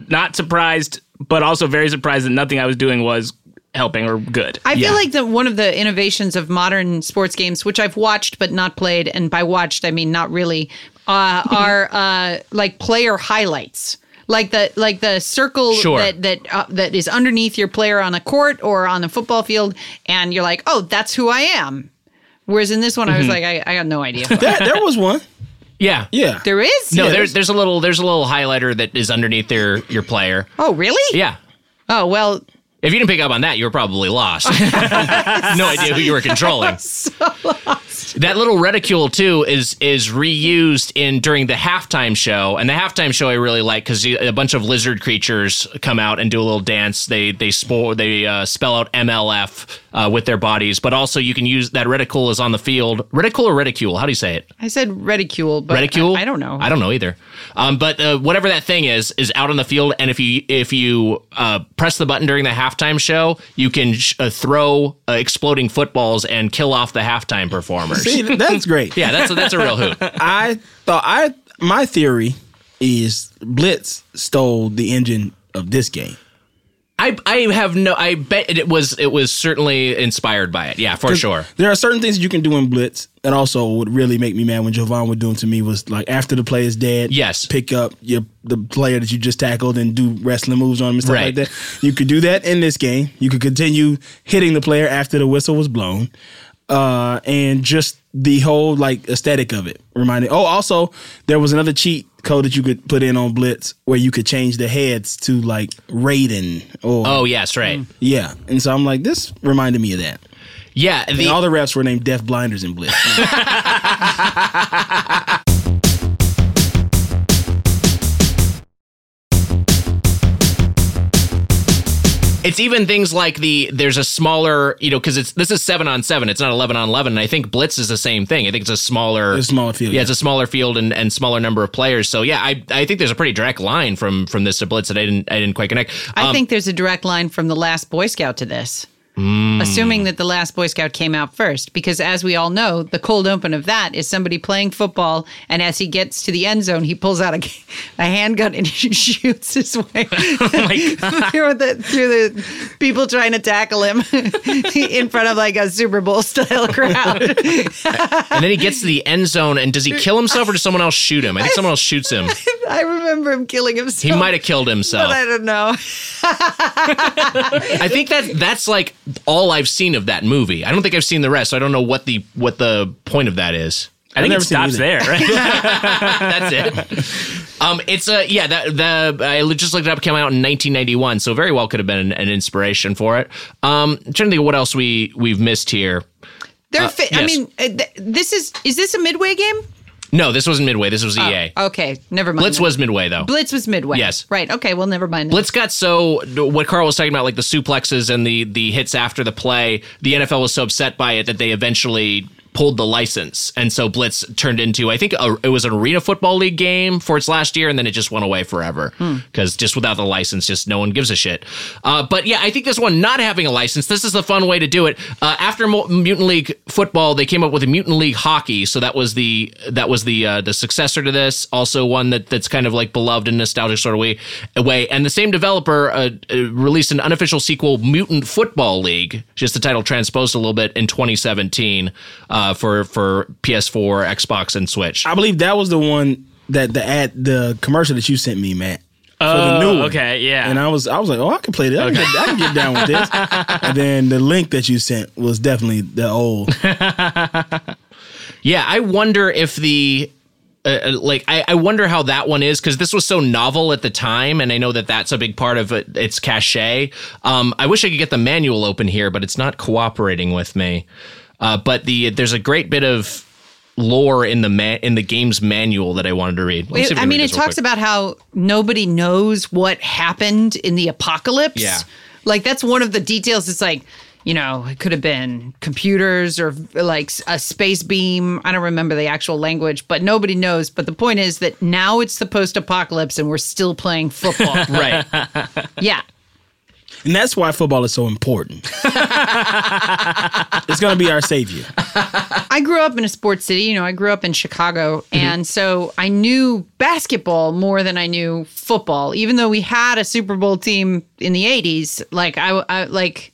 S3: not surprised, but also very surprised that nothing I was doing was helping or good.
S2: I
S1: Yeah.
S2: feel like that one of the innovations of modern sports games, which I've watched but not played, and by watched I mean not really, uh, are uh, like player highlights. Like the like the circle
S1: Sure.
S2: that that uh, that is underneath your player on a court or on a football field, and you're like, oh, that's who I am. Whereas in this one, I was
S1: Mm-hmm.
S2: like, I, I got no idea.
S4: That, there was one.
S1: yeah
S4: Yeah.
S2: there is
S1: no
S4: Yeah,
S1: there's there's a little there's a little highlighter that is underneath their your player
S2: Oh, really?
S1: yeah
S2: Oh well,
S1: If you didn't pick up on that, you were probably lost. no idea who you were controlling. That little reticule too is is reused in during the halftime show, and the halftime show I really like because a bunch of lizard creatures come out and do a little dance. They they spo- they uh, spell out MLF uh, with their bodies, but also you can use that reticule is on the field. Reticule or reticule? How do you say it?
S2: I said reticule, but I-
S1: reticule.
S2: I, don't know.
S1: I don't know either. Um, but uh, whatever that thing is is out on the field, and if you if you uh, press the button during the halftime show, you can sh- uh, throw uh, exploding footballs and kill off the halftime performers.
S4: See, that's great.
S1: Yeah, that's a, that's a real hoot.
S4: I thought I my theory is Blitz stole the engine of this game.
S1: I I have no. I bet it was it was certainly inspired by it. Yeah, for sure.
S4: There are certain things you can do in Blitz that also would really make me mad when Jovan would do them to me was like after the play is dead,
S1: Yes.
S4: pick up your the player that you just tackled and do wrestling moves on him and stuff
S1: Right.
S4: like that. You could do that in this game. You could continue hitting the player after the whistle was blown. Uh, and just the whole like aesthetic of it reminded. Oh, also there was another cheat code that you could put in on Blitz where you could change the heads to like Raiden or
S1: Oh yes, right.
S2: Mm.
S4: yeah. And so I'm like, this reminded me of that.
S1: Yeah, the,
S4: And all the refs were named Deaf Blinders in Blitz.
S1: It's even things like the there's a smaller, you know, because it's this is seven on seven. It's not eleven on eleven. And I think blitz is the same thing. I think it's a smaller,
S4: It's a smaller field,
S1: Yeah,
S4: yeah.
S1: it's a smaller field and, and smaller number of players. So yeah, I I think there's a pretty direct line from from this to blitz that I didn't I didn't quite connect.
S2: I
S1: Um,
S2: think there's a direct line from the last Boy Scout to this.
S1: Hmm.
S2: Assuming that the last Boy Scout came out first, because as we all know, the cold open of that is somebody playing football, and as he gets to the end zone, he pulls out a, a handgun and he shoots his way
S1: Oh
S2: through, the, through the people trying to tackle him in front of like a Super Bowl style crowd.
S1: and then he gets to the end zone and does he kill himself or does someone else shoot him? I think someone else shoots him.
S2: I remember him killing himself.
S1: He might have killed
S2: But
S1: himself.
S2: I don't know.
S1: I think that that's like all I've seen of that movie. I don't think I've seen the rest. So I don't know what the what the point of that is.
S3: I think
S4: never
S3: it
S4: seen
S3: stops
S4: either.
S3: there. Right?
S1: That's it. Um, it's a yeah. That the I li- just looked it up. Came out in 1991, so very well could have been an, an inspiration for it. Um, I'm trying to think of what else we we've missed here.
S2: They're fi- I
S1: yes.
S2: mean, uh, th- this is is this a midway game? Oh,
S1: No, this wasn't Midway. This was EA.
S2: Okay, never mind.
S1: Blitz
S2: then.
S1: was Midway though.
S2: Uh, Blitz was midway.
S1: Yes.
S2: Right. Okay. Well, never mind.
S1: Blitz got so what Carl was talking about, like the suplexes and the the hits after the play. The NFL was so upset by it that they eventually pulled the license, and so Blitz turned into I think a, it was an Arena Football League game for its last year, and then it just went away forever because just without the license, just no one gives a shit. Uh, but yeah, I think this one not having a license, this is the fun way to do it. Uh, after Mo- Mutant League football, they came up with a Mutant League hockey, so that was the that was the uh, the successor to this. Also, one that that's kind of like beloved and nostalgic sort of way. way. And the same developer uh, uh, released an unofficial sequel, Mutant Football League, just the title transposed a little bit in 2017 uh, for for PS4, Xbox, and Switch.
S4: I believe that was the one that the ad, the commercial that you sent me, Matt.
S3: Oh,
S4: the new one.
S3: okay, yeah.
S4: And I was, I was like, oh, I can play that. I, can get, I can get down with this. and then the link that you sent was definitely the old.
S1: Yeah, I wonder if the uh, uh, like I, I wonder how that one is because this was so novel at the time, and I know that that's a big part of it, its cachet. Um, I wish I could get the manual open here, but it's not cooperating with me. Uh, but the there's a great bit of lore in the ma- in the game's manual that I wanted to read. Let me see if
S2: I
S1: can
S2: mean,
S1: read
S2: it
S1: this real
S2: talks
S1: quick.
S2: about how nobody knows what happened in the apocalypse.
S1: Yeah.
S2: Like, that's one of the details. It's like, you know, it could have been computers or like s- a space beam. I don't remember the actual language, but nobody knows. But the point is that now it's the post apocalypse and we're still playing football.
S1: right.
S2: yeah.
S4: And that's why football is so important. it's going to be our savior.
S2: I grew up in a sports city. You know, I grew up in Chicago. And so I knew basketball more than I knew football, even though we had a Super Bowl team in the 80s. Like, I, I like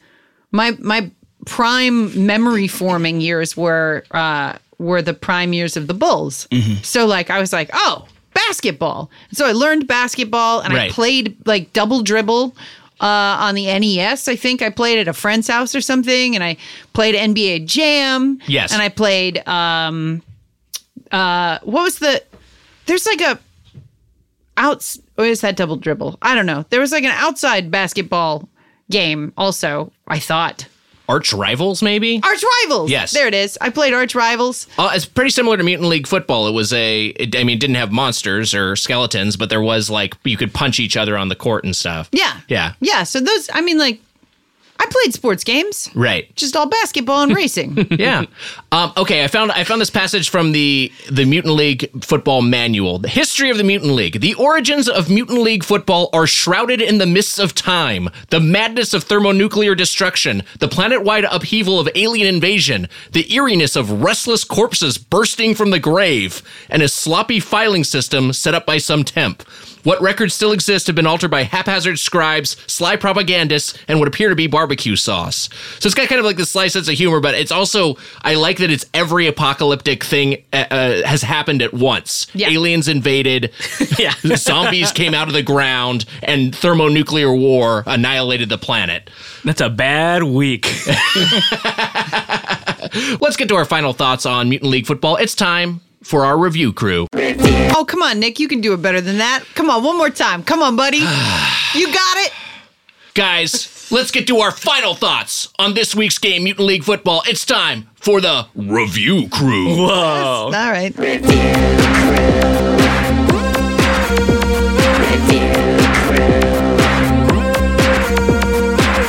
S2: my, my prime memory forming years were, uh, were the prime years of the Bulls. So, like, I was like, oh, basketball. So I learned basketball and
S1: Right.
S2: I played like double dribble uh, on the NES. I think I played at a friend's house or something, and I played NBA Jam.
S1: Yes.
S2: and I played. Um, uh, what was the? There's like a outs. Or is that double dribble? I don't know. There was like an outside basketball game. Also, I thought
S1: Arch rivals, maybe.
S2: Arch Rivals.
S1: Yes.
S2: there it is. I played Arch Rivals.
S1: Uh, it's pretty similar to Mutant League Football. It was a, it, I mean, it didn't have monsters or skeletons, but there was like you could punch each other on the court and stuff.
S2: Yeah,
S1: Yeah.
S2: yeah. So those. I mean, like, I played sports games.
S1: Right.
S2: Just all basketball and racing.
S1: yeah. Um, okay, I found I found this passage from the the Mutant League Football Manual. The history of the Mutant League. The origins of Mutant League football are shrouded in the mists of time, the madness of thermonuclear destruction, the planet-wide upheaval of alien invasion, the eeriness of restless corpses bursting from the grave, and a sloppy filing system set up by some temp. What records still exist have been altered by haphazard scribes, sly propagandists, and what appear to be barbecue sauce. So it's got kind of like this sly sense of humor, but it's also I like that it's every apocalyptic thing uh, uh, has happened at once.
S2: Yeah.
S1: Aliens invaded, yeah. zombies came out of the ground, and thermonuclear war annihilated the planet.
S3: That's a bad week.
S1: Let's get to our final thoughts on Mutant League Football. It's time for our review crew.
S2: oh, come on, Nick. You can do it better than that. Come on, one more time. Come on, buddy. you got it.
S1: Guys, let's get to our final thoughts on this week's game, Mutant League Football. It's time for the review crew.
S2: All
S3: Whoa.
S2: right.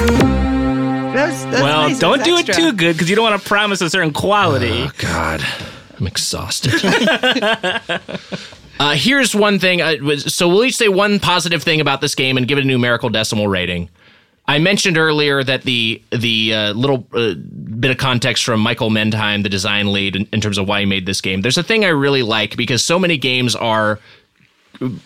S2: That's- that's
S3: Well,
S2: nice.
S3: don't
S2: That's
S3: do
S2: extra.
S3: it too good because you don't want to promise a certain quality.
S1: God, I'm exhausted. uh, here's one thing. Uh, was- so we'll each say one positive thing about this game and give it a numerical decimal rating. I mentioned earlier that the the uh, little uh, bit of context from Michael Mendheim, the design lead, in, in terms of why he made this game. There's a thing I really like because so many games are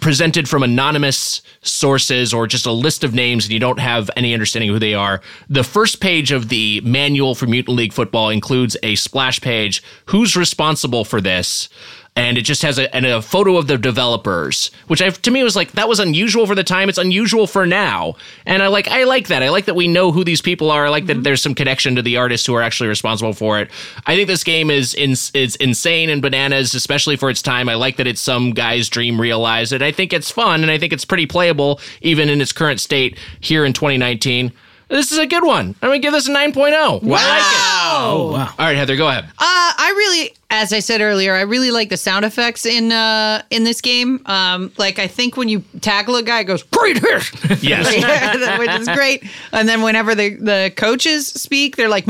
S1: presented from anonymous sources or just a list of names and you don't have any understanding of who they are. The first page of the manual for Mutant League Football includes a splash page who's responsible for this. And it just has a, and a photo of the developers, which I to me was like that was unusual for the time. It's unusual for now, and I like I like that. I like that we know who these people are. I like
S2: Mhm.
S1: that there's some connection to the artists who are actually responsible for it. I think this game is in, is insane and bananas, especially for its time. I like that it's some guy's dream realized, and I think it's fun, and I think it's pretty playable even in its current state here in 2019. This is a good one. I'm gonna give this a 9.0. Wow. oh. I like it.
S2: Wow.
S1: All right, Heather, go ahead.
S2: Uh, I really, as I said earlier, I really like the sound effects in uh, in this game. Um, like I think when you tackle a guy, it goes great hit,
S1: Yes.
S2: Yeah, which is great. And then whenever the, the coaches speak, they're like,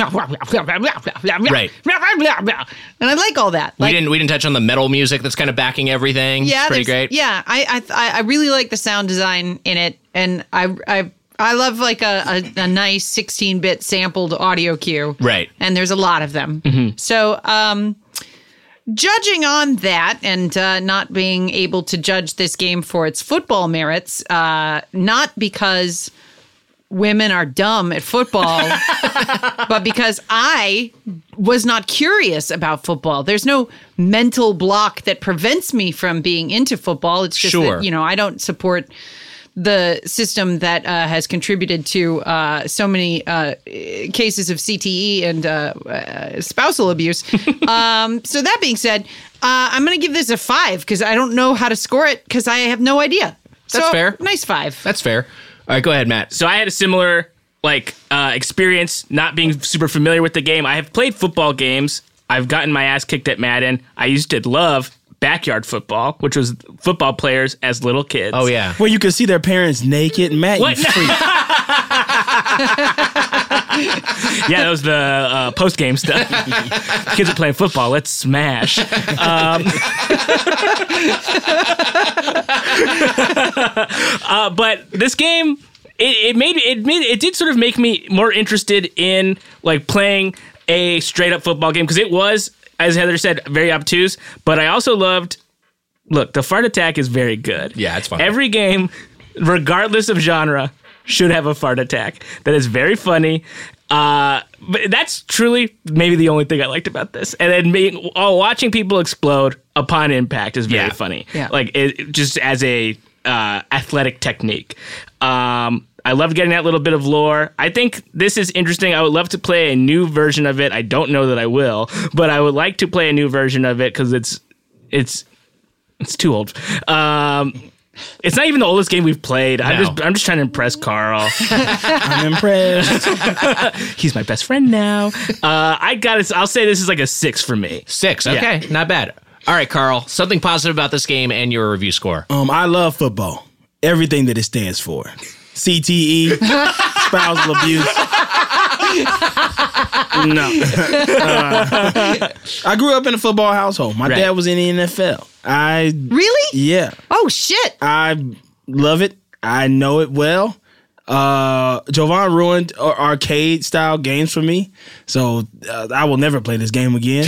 S2: right, and I like all that.
S1: we
S2: Like,
S1: didn't we didn't touch on the metal music that's kind of backing everything.
S2: yeah,
S1: it's pretty
S2: there's-
S1: great.
S2: Yeah, I, I I I really like the sound design in it, and I I I love like a a, a nice 16-bit sampled audio cue.
S1: Right. Mm-hmm.
S2: and there's a lot of them. So, um, judging on that, and uh, not being able to judge this game for its football merits, uh, not because women are dumb at football, but because I was not curious about football. There's no mental block that prevents me from being into football. It's just
S1: Sure.
S2: that, you know, I don't support the system that uh, has contributed to uh, so many uh, cases of CTE and uh, uh, spousal abuse. um, so that being said, uh, I'm going to give this a five because I don't know how to score it because I have no idea.
S1: That's
S2: So,
S1: fair.
S2: Nice five.
S1: That's fair. All right, go ahead, Matt.
S3: So I had a similar like uh, experience not being super familiar with the game. I have played football games. I've gotten my ass kicked at Madden. I used to love backyard football, which was football players as little kids.
S1: Oh yeah.
S4: Where you can see their parents naked. Matt,
S3: What?
S4: you freak.
S3: yeah, that was the uh, post game stuff. Kids are playing football. Let's smash. Um, uh, but this game, it, it made it made it did sort of make me more interested in like playing a straight up football game because it was, as Heather said, very obtuse. But I also loved. Look, the fart attack is very good.
S1: Yeah, it's fun.
S3: Every game, regardless of genre, should have a fart attack. That is very funny. Uh, but that's truly maybe the only thing I liked about this. And then being, oh, watching people explode upon impact is very
S1: Yeah.
S3: funny.
S2: Yeah.
S3: Like it, it just as a uh, athletic technique. Um, I loved getting that little bit of lore. I think this is interesting. I would love to play a new version of it. I don't know that I will, but I would like to play a new version of it because it's it's it's too old. Um, it's not even the oldest game we've played. I'm
S1: No.
S3: just I'm just trying to impress Carl.
S4: I'm impressed.
S3: He's my best friend now. Uh, I got it. I'll say this is like a six for me.
S1: Six. Okay, not bad. All right, Carl. Something positive about this game and your review score.
S4: Um, I love football. Everything that it stands for. CTE, spousal abuse.
S3: No.
S4: I grew up in a football household. My
S3: Right.
S4: dad was in the NFL. I
S2: Really?
S4: yeah.
S2: Oh shit.
S4: I love it. I know it well. Uh, Jovan ruined arcade style games for me, so uh, I will never play this game again.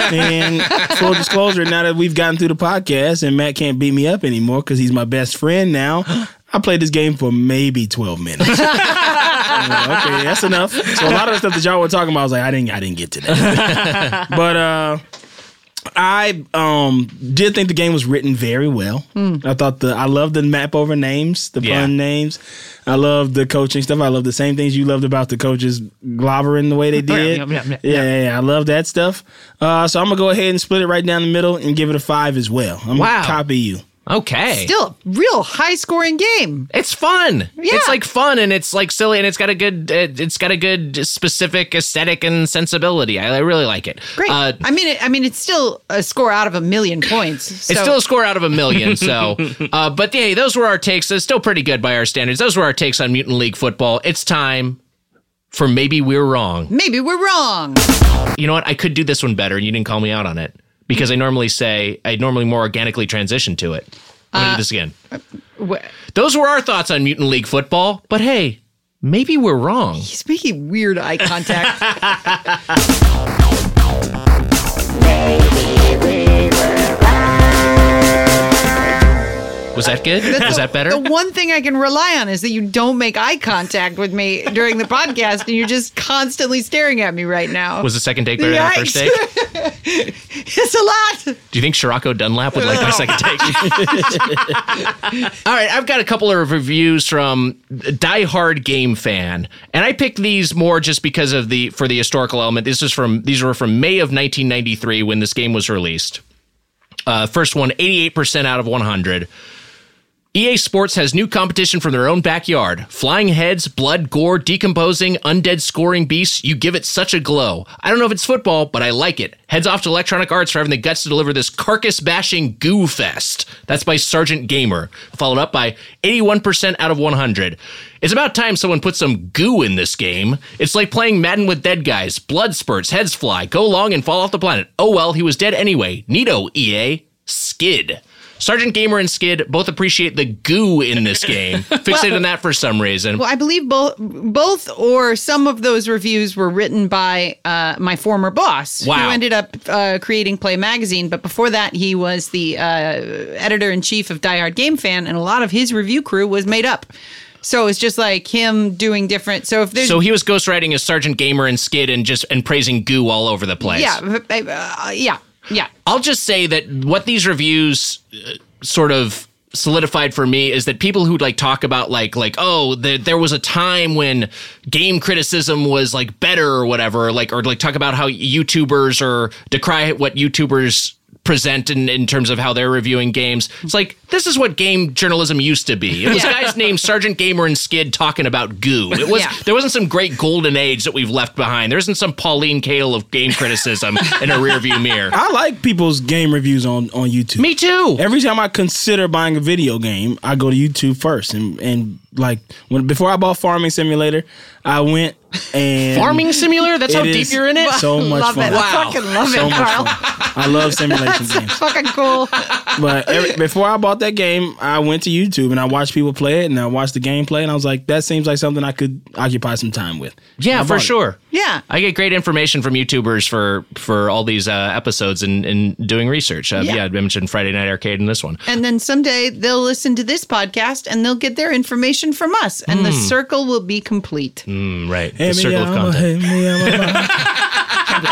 S4: and full disclosure, now that we've gotten through the podcast and Matt can't beat me up anymore because he's my best friend now, I played this game for maybe twelve minutes. I'm like, okay, that's enough. So a lot of the stuff that y'all were talking about, I was like, I didn't, I didn't get to that. but uh, I um did think the game was written very well.
S3: Hmm.
S4: I thought the I love the map over names, the
S1: Yeah.
S4: pun names. I love the coaching stuff. I love the same things you loved about the coaches globbering the way they did.
S3: yeah,
S4: Yeah,
S3: yeah, yeah.
S4: yeah, yeah. I love that stuff. Uh, so I'm gonna go ahead and split it right down the middle and give it a five as well. I'm
S1: Wow.
S4: gonna copy you.
S1: Okay.
S2: Still a real high scoring game.
S1: It's fun. It's like fun and it's like silly and it's got a good uh, it's got a good specific aesthetic and sensibility. I, I really like it.
S2: Great.
S1: Uh,
S2: I mean, it, I mean, it's still a score out of a million points. So.
S1: It's still a score out of a million, so. Uh, but hey, those were our takes. It's still pretty good by our standards. Those were our takes on Mutant League football. It's time for maybe we're wrong.
S2: maybe we're wrong.
S1: You know what? I could do this one better, and you didn't call me out on it because I normally say I normally more organically transition to it. I'm
S2: Uh,
S1: gonna do this again.
S2: Wha-
S1: Those were our thoughts on Mutant League football. But hey, maybe we're wrong.
S2: He's making weird eye contact.
S1: Was that good? Was that better?
S2: the one thing I can rely on is that you don't make eye contact with me during the podcast, and you're just constantly staring at me right now.
S1: Was the second take better than the first take?
S2: Yikes. it's a lot.
S1: Do you think Scirocco Dunlap would like my second take? All right, I've got a couple of reviews from diehard game fan, and I picked these more just because of the for the historical element. This is from these were from May of 1993 when this game was released. Uh, first one, 88% out of 100. EA Sports has new competition from their own backyard. Flying heads, blood, gore, decomposing, undead scoring beasts, you give it such a glow. I don't know if it's football, but I like it. Heads off to Electronic Arts for having the guts to deliver this carcass bashing goo fest. That's by Sergeant Gamer, followed up by 81% out of 100. It's about time someone put some goo in this game. It's like playing Madden with dead guys. Blood spurts, heads fly, go long and fall off the planet. Oh well, he was dead anyway. Nito, EA. Skid. Sergeant Gamer and Skid both appreciate the goo in this game. Fixated on that for some reason.
S2: Well, I believe both both or some of those reviews were written by uh, my former boss,
S1: Wow.
S2: who ended up uh, creating Play Magazine. But before that, he was the uh, editor in chief of Die Hard Game Fan, and a lot of his review crew was made up. So it's just like him doing different. So if there's
S1: so he was ghostwriting as Sergeant Gamer and Skid and just and praising goo all over the place.
S2: yeah, but, uh, yeah, yeah.
S1: I'll just say that what these reviews uh, sort of solidified for me is that people who like talk about like like oh the, there was a time when game criticism was like better or whatever like or like talk about how YouTubers or decry what YouTubers present in, in terms of how they're reviewing games it's like this is what game journalism used to be it was guys named sergeant gamer and skid talking about goo it was
S2: Yeah.
S1: there wasn't some great golden age that we've left behind there isn't some pauline kael of game criticism in a rearview mirror
S4: I like people's game reviews on on YouTube.
S1: me too.
S4: Every time I consider buying a video game, I go to YouTube first, and and like when before I bought Farming Simulator, I went and
S1: Farming simulator? That's how
S4: It
S1: deep
S4: is
S1: you're in it?
S4: So much
S2: love
S4: fun.
S2: It.
S1: Wow.
S2: I fucking love
S4: so
S2: it,
S4: much
S2: Carl.
S4: fun. I love simulation games.
S2: Fucking cool.
S4: But every, before I bought that game, I went to YouTube and I watched people play it and I watched the gameplay and I was like, that seems like something I could occupy some time with.
S1: yeah, for
S4: bought it.
S1: sure.
S2: Yeah.
S1: I get great information from YouTubers for for all these uh, episodes and, and doing research. Uh, yeah.
S2: Yeah.
S1: I mentioned Friday Night Arcade in this one.
S2: And then someday they'll listen to this podcast and they'll get their information from us, and the
S1: Hmm.
S2: circle will be complete.
S1: Mm, right.
S4: Hey,
S1: the
S4: me,
S1: circle of
S4: I'm a-
S1: content.
S4: hey, me, I'm a-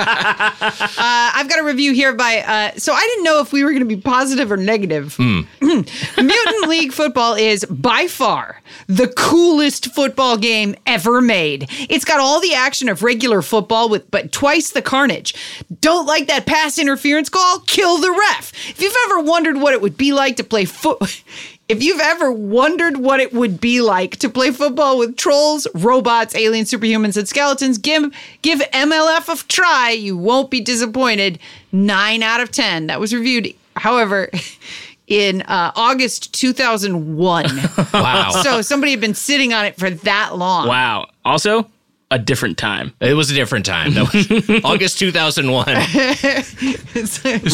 S2: Uh, I've got a review here by, uh, so I didn't know if we were going to be positive or negative. Mutant League Football is by far the coolest football game ever made. It's got all the action of regular football with but twice the carnage. Don't like that pass interference call? Kill the ref. If you've ever wondered what it would be like to play foot if you've ever wondered what it would be like to play football with trolls, robots, alien superhumans and skeletons, give give MLF a try. You won't be disappointed. 9 out of 10. That was reviewed. However, in uh, August 2001.
S1: Wow.
S2: so somebody had been sitting on it for that long.
S3: Wow. Also, a different time.
S1: it was a different time. That was August 2001.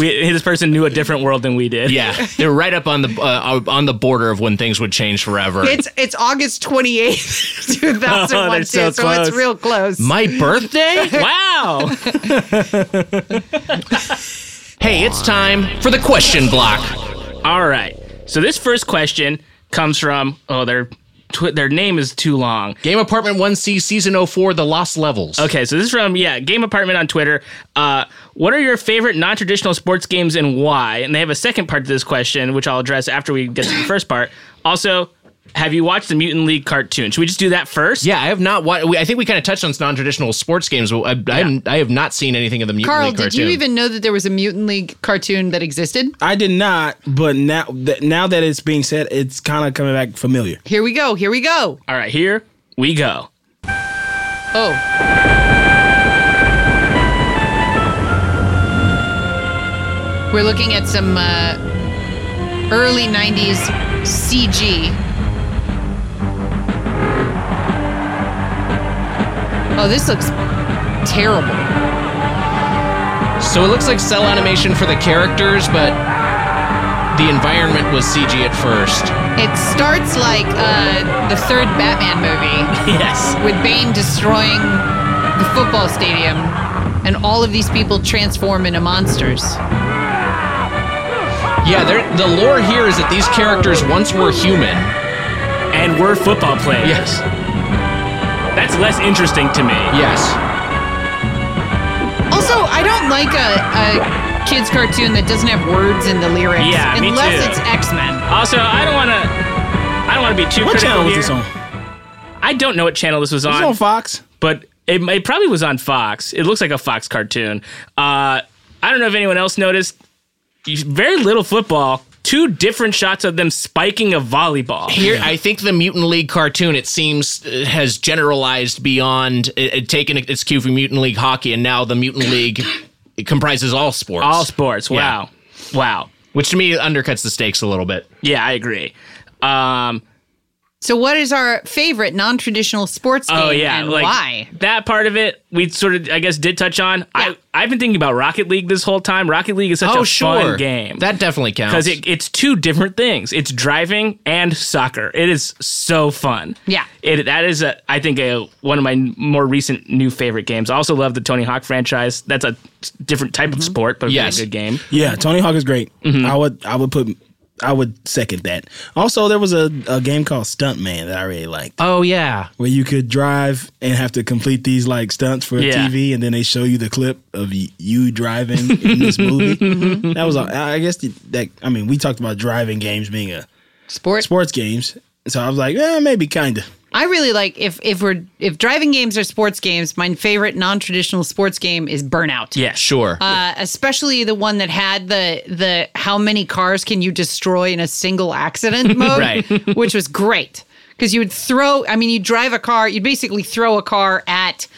S3: We, this person knew a different world than we did.
S1: Yeah. They were right up on the uh, on the border of when things would change forever.
S2: It's it's August 28th, 2001,
S3: Oh, they're
S2: too,
S3: so
S2: so, it's
S3: close.
S2: real close.
S1: My birthday?
S3: Wow.
S1: hey, it's time for the question block.
S3: All right. So this first question comes from oh their tw- their name is too long.
S1: Game Apartment 1C Season 04 The Lost Levels.
S3: Okay, so this is from yeah Game Apartment on Twitter. Uh, what are your favorite non-traditional sports games and why? And they have a second part to this question, which I'll address after we get to the first part. Also, have you watched the Mutant League cartoon? Should we just do that first?
S1: Yeah, I have not. Wa- we- I think we kind of touched on non-traditional sports games, but I, I, haven't- I have not seen anything of the Mutant
S2: Carl,
S1: League
S2: did
S1: cartoon.
S2: you even know that there was a Mutant League cartoon that existed?
S4: I did not, but now that now that it's being said, it's kind of coming back familiar.
S2: Here we go. Here we go.
S3: All right, here we go.
S2: Oh, we're looking at some uh, early 90s CG. Oh, this looks terrible.
S1: So it looks like cell animation for the characters, but the environment was CG at first.
S2: It starts like uh, the third Batman movie
S3: Yes.
S2: with Bane destroying the football stadium, and all of these people transform into monsters.
S1: Yeah, they're- the lore here is that these characters once were human.
S3: And we're football players.
S1: Yes.
S3: That's less interesting to me.
S1: Yes.
S2: Also, I don't like a, a kids cartoon that doesn't have words in the lyrics.
S3: Yeah, me
S2: unless
S3: too.
S2: it's X Men.
S3: Also, I don't want to. I don't want to be too
S4: What
S3: critical
S4: channel was
S3: here.
S4: this on?
S3: I don't know what channel this was
S4: It's on Fox.
S3: but it, it probably was on Fox. It looks like a Fox cartoon. Uh, I don't know if anyone else noticed. Very little football two different shots of them spiking a volleyball.
S1: Here, I think the Mutant League cartoon, it seems, uh, has generalized beyond, it, it taken its cue from Mutant League hockey, and now the Mutant League it comprises all sports.
S3: All sports. Wow. Wow.
S1: which to me undercuts the stakes a little bit.
S3: Yeah, I agree. Um,
S2: So, what is our favorite non traditional sports game
S3: oh yeah,
S2: and
S3: like
S2: why?
S3: that part of it we sort of I guess did touch on.
S2: Yeah. Oh,
S3: I I've been thinking about Rocket League this whole time. Rocket League is such a fun game.
S1: Oh, That definitely counts.
S3: because it, it's two different things. It's driving and soccer. It is so fun.
S2: Yeah.
S3: it that is a, I think a, one of my n- more recent new favorite games. I also love the Tony Hawk franchise. That's a different type of sport, but
S1: Mm-hmm. Yes.
S3: a good game.
S4: Yeah, Tony Hawk is great. I would I would put I would second that. Also, there was a, a game called Stuntman that I really liked,
S1: oh yeah,
S4: where you could drive and have to complete these like stunts for
S3: Yeah.
S4: TV, and then they show you the clip of y- you driving in this movie. That was all. I I guess the, that I mean we talked about driving games being a
S2: Sports.
S4: sports games, so I was like, eh, maybe kinda.
S2: I really like if if we're if driving games are sports games. My favorite non traditional sports game is Burnout.
S3: Yeah,
S1: sure.
S2: Uh, especially the one that had the the how many cars can you destroy in a single accident mode,
S1: Right.
S2: which was great because you would throw. I mean, you drive a car, you'd basically throw a car at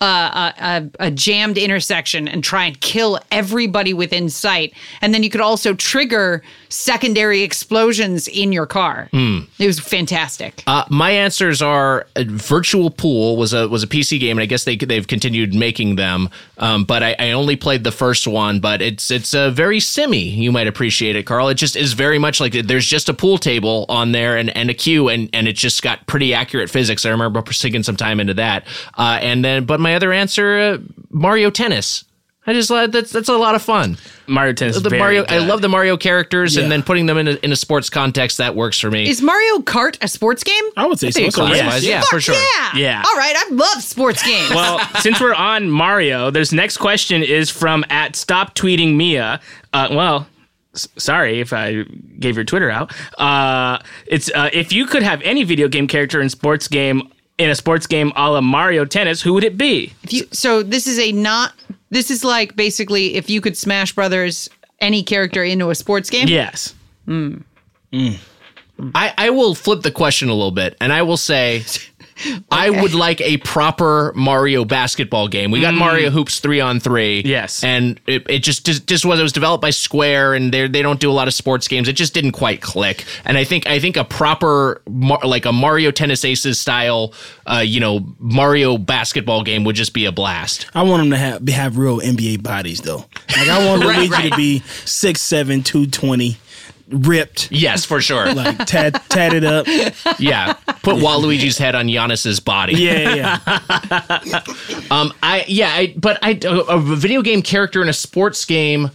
S2: uh, a, a, a jammed intersection and try and kill everybody within sight, and then you could also trigger secondary explosions in your car. It was fantastic.
S1: Hmm. Uh, my answers are uh, Virtual Pool was a was a PC game, and I guess they they've continued making them. Um, but I, I only played the first one, but it's it's a very simmy. You might appreciate it, Carl. It just is very much like there's just a pool table on there and, and a queue, and and it just got pretty accurate physics. I remember sinking some time into that. Uh, and then, but my other answer, uh, Mario Tennis. I just like that's that's a lot of fun.
S3: Mario Tennis. is
S1: The
S3: very
S1: Mario, I
S3: good.
S1: love the Mario characters,
S4: Yeah.
S1: and then putting them in a, in a sports context that works for me.
S2: Is Mario Kart a sports game?
S4: I would say so.
S1: It
S4: It's all right.
S1: classifies, yeah, for sure.
S2: Yeah.
S3: Yeah.
S2: All right. I love sports games.
S3: Well, since we're on Mario, this next question is from at Stop Tweeting Mia. Uh, well, s- sorry if I gave your Twitter out. Uh, it's uh, if you could have any video game character in sports game in a sports game a la Mario Tennis, who would it be?
S2: If you- so this is a not. This is like basically if you could Smash Brothers any character into a sports game.
S3: Yes.
S1: I, I will flip the question a little bit and I will say I would like a proper Mario basketball game. We got Mario Hoops three on three.
S3: Yes.
S1: And it, it just, just just was it was developed by Square and they they don't do a lot of sports games. It just didn't quite click. And I think I think a proper Mar- like a Mario Tennis Aces style uh, you know, Mario basketball game would just be a blast.
S4: I want them to have have real NBA bodies though. Like I want Luigi to be 6'7", 220, ripped,
S1: Yes, for sure.
S4: like tat, tatted up. Yeah,
S1: yeah. Put Waluigi's head on Giannis's body.
S4: yeah, yeah.
S1: Um, I yeah, I, but I a, a video game character in a sports game.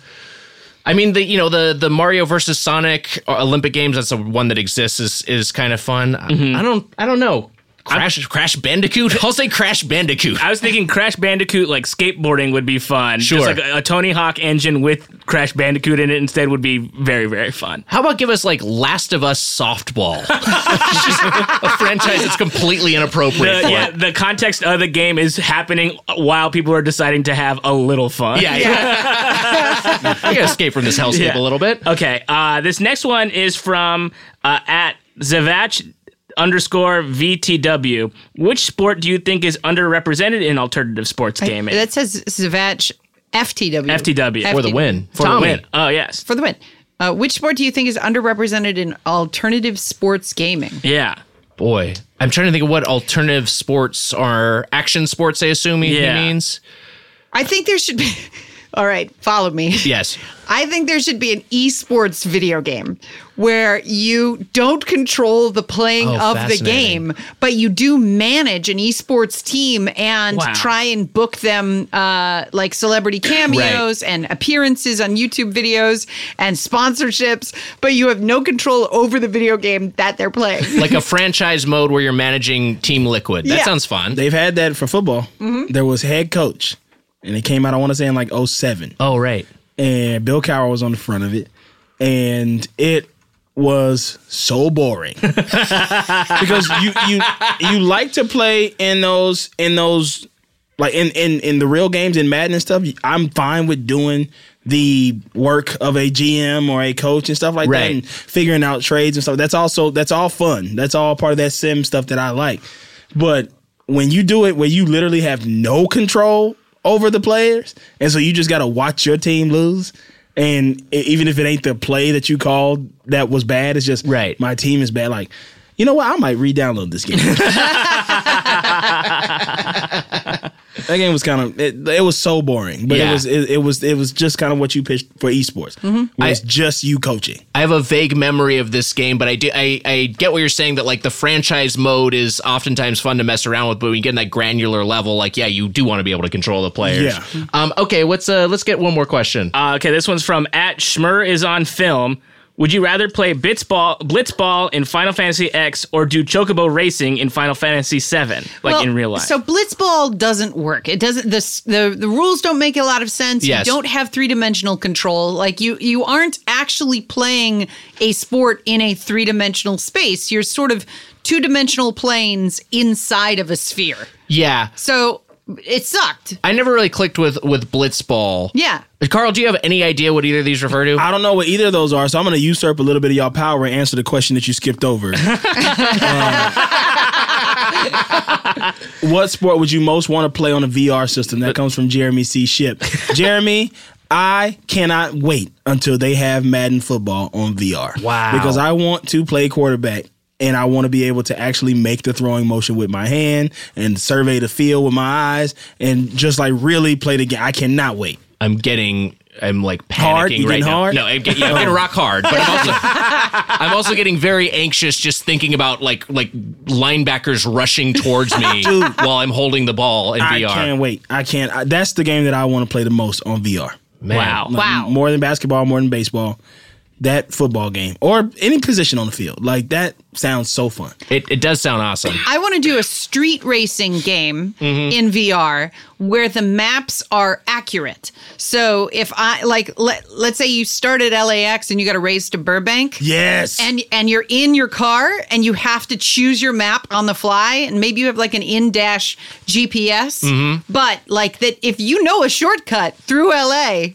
S1: I mean the you know the the Mario versus Sonic Olympic games. That's the one that exists is is kind of fun. I- I, don't I don't know. Crash Crash Bandicoot. I'll say Crash Bandicoot.
S3: I was thinking Crash Bandicoot, like skateboarding, would be fun.
S1: Sure.
S3: Just like a, a Tony Hawk engine with Crash Bandicoot in it instead would be very, very fun.
S1: How about give us like Last of Us softball? It's just a franchise that's completely inappropriate.
S3: The,
S1: for
S3: Uh, yeah,
S1: it.
S3: the context of the game is happening while people are deciding to have a little fun.
S1: yeah, yeah. I gotta escape from this hellscape
S3: Yeah.
S1: a little bit.
S3: Okay. Uh, this next one is from uh, at Zavach underscore VTW. Which sport do you think is underrepresented in alternative sports gaming?
S2: That says Zavach FTW.
S3: FTW.
S1: For the win. For the
S2: For the
S3: Oh,
S1: Tommy.
S3: wait. Oh, yes.
S2: For the win. Uh, which sport do you think is underrepresented in alternative sports gaming?
S3: yeah.
S1: Boy, I'm trying to think of what alternative sports are. Action sports, I assume he, he
S3: Yeah.
S1: means.
S2: I think there should be. All right, follow me.
S1: Yes.
S2: I think there should be an esports video game where you don't control the playing
S1: Oh,
S2: of the
S1: fascinating.
S2: game, but you do manage an esports team and
S3: Wow.
S2: try and book them uh, like celebrity cameos and appearances on YouTube videos and sponsorships, but you have no control over the video game that they're playing.
S1: Like a franchise mode where you're managing Team Liquid. That
S2: Yeah.
S1: sounds fun.
S4: They've had that for football. There was head coach, and it came out. I want to say in like 07.
S1: oh, right.
S4: and Bill Cowher was on the front of it, and it was so boring because you you you like to play in those in those like in in in the real games in Madden and stuff. I'm fine with doing the work of a GM or a coach and stuff like that,
S1: Right.
S4: and figuring out trades and stuff. That's also that's all fun. That's all part of that sim stuff that I like. But when you do it where you literally have no control over the players, and so you just got to watch your team lose. And e- even if it ain't the play that you called that was bad, it's just
S1: Right.
S4: my team is bad. Like, you know what? I might re-download this game. that game was kind of it, it was so boring, but it
S1: Yeah. Mm-hmm.
S4: was it, it was it was just kind of what you pitched for esports. Where it's just you coaching.
S1: I have a vague memory of this game, but I do I, I get what you're saying that like the franchise mode is oftentimes fun to mess around with, but when you get in that granular level, like yeah, you do want to be able to control the players.
S4: Yeah.
S1: Um. Okay. What's uh? Let's get one more question.
S3: Uh, okay, this one's from at Schmer is on film. Would you rather play Blitzball, Blitzball in Final Fantasy X or do Chocobo Racing in Final Fantasy VII, like
S2: Well,
S3: in real life?
S2: So blitzball doesn't work. It doesn't. The s- the, the rules don't make a lot of sense.
S1: Yes.
S2: You don't have three dimensional control. Like you you aren't actually playing a sport in a three dimensional space. You're sort of two dimensional planes inside of a sphere.
S1: yeah.
S2: So it sucked.
S1: I never really clicked with with Blitzball.
S2: Yeah.
S1: Carl, do you have any idea what either of these refer to?
S4: I don't know what either of those are, so I'm going to usurp a little bit of y'all power and answer the question that you skipped over. Um, what sport would you most want to play on a VR system? That comes from Jeremy C. Ship. Jeremy, I cannot wait until they have Madden football on VR.
S1: Wow.
S4: Because I want to play quarterback. And I want to be able to actually make the throwing motion with my hand and survey the field with my eyes and just like really play the game. I cannot wait.
S1: I'm getting I'm like panicking
S4: Hard? You
S1: right
S4: getting
S1: now.
S4: hard?
S1: No, I'm, get, yeah, I'm getting rock hard, but I'm also I'm also getting very anxious just thinking about like like linebackers rushing towards me while I'm holding the ball in
S4: I
S1: VR.
S4: can't wait. I can't. I, that's the game that I want to play the most on VR.
S1: Man.
S3: Wow.
S4: Like,
S2: Wow.
S4: More than basketball, more than baseball. That football game or any position on the field. Like that sounds so fun.
S1: It, it does sound awesome.
S2: I want to do a street racing game
S3: Mm-hmm.
S2: in VR where the maps are accurate. So if I like let, let's say you start at LAX and you got to race to Burbank.
S4: Yes.
S2: And and you're in your car and you have to choose your map on the fly and maybe you have like an in-dash GPS.
S1: Mm-hmm.
S2: But like that if you know a shortcut through LA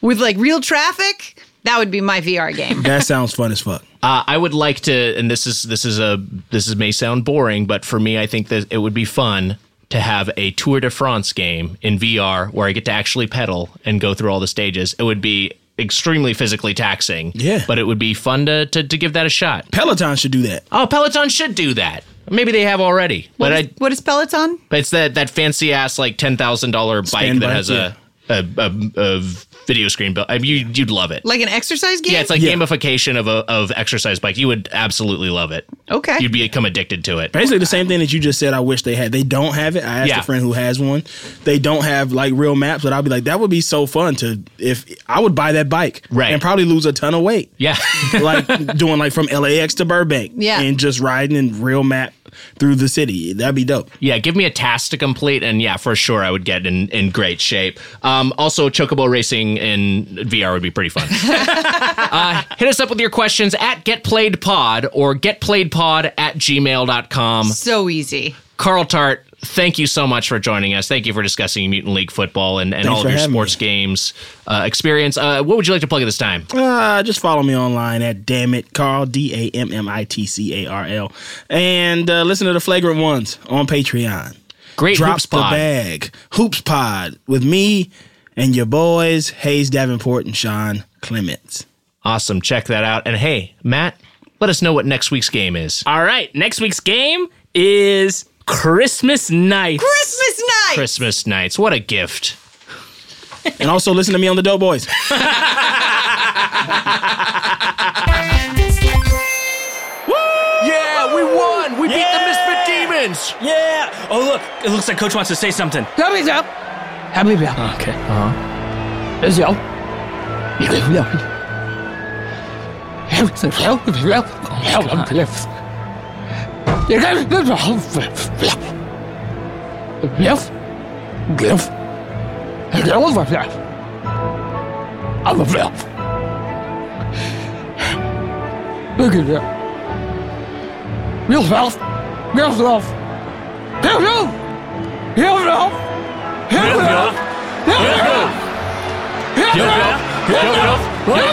S2: with like real traffic, that would be my VR game.
S4: that sounds fun as fuck.
S1: Uh, I would like to, and this is this is a this is may sound boring, but for me, I think that it would be fun to have a Tour de France game in VR where I get to actually pedal and go through all the stages. It would be extremely physically taxing,
S4: Yeah.
S1: but it would be fun to to, to give that a shot.
S4: Peloton should do that.
S1: Oh, Peloton should do that. Maybe they have already, but I
S2: what is Peloton?
S1: but it's that that fancy ass like ten thousand dollar bike
S4: Stand
S1: that
S4: bike,
S1: has a, a, a a video screen built. I mean, you, you'd love it.
S2: Like an exercise game?
S1: Yeah, it's like
S4: Yeah.
S1: gamification of a of exercise bike. You would absolutely love it.
S2: Okay.
S1: You'd become addicted to it.
S4: Basically the same thing that you just said. I wish they had. They don't have it. I asked
S1: Yeah.
S4: a friend who has one. They don't have like real maps, but I'd be like, that would be so fun to if I would buy that bike,
S1: Right.
S4: and probably lose a ton of weight.
S1: Yeah.
S4: like doing like from LAX to Burbank,
S2: Yeah.
S4: and just riding in real map through the city. That'd be dope.
S1: yeah, give me a task to complete and yeah, for sure I would get in in great shape. Um also chocobo racing in VR would be pretty fun. uh, hit us up with your questions at getplayedpod or getplayedpod at gmail.com.
S2: so easy.
S1: Carl Tart, thank you so much for joining us. Thank you for discussing Mutant League football and, and all of
S4: for
S1: your
S4: having
S1: sports games uh, experience. Uh, what would you like to plug at this time?
S4: Uh, just follow me online at damn it Carl D A M M I T C A R L, and uh, listen to the Flagrant Ones on Patreon.
S1: Great
S4: Drops
S1: hoops
S4: the
S1: pod.
S4: bag, Hoops Pod with me and your boys Hayes Davenport and Sean Clements.
S1: Awesome. Check that out. And hey, Matt, let us know what next week's game is.
S3: All right, next week's game is Christmas Night.
S2: Christmas night.
S1: Christmas nights. What a gift.
S4: And also listen to me on the Doughboys.
S1: Yeah, we won. We
S3: Yeah!
S1: beat the Misfit Demons.
S3: Yeah. Oh, look, it looks like Coach wants to say something. Okay.
S5: Look at that. Real self. Real self. Real self. Real self. Real self. Real self. Real self. Real self. No!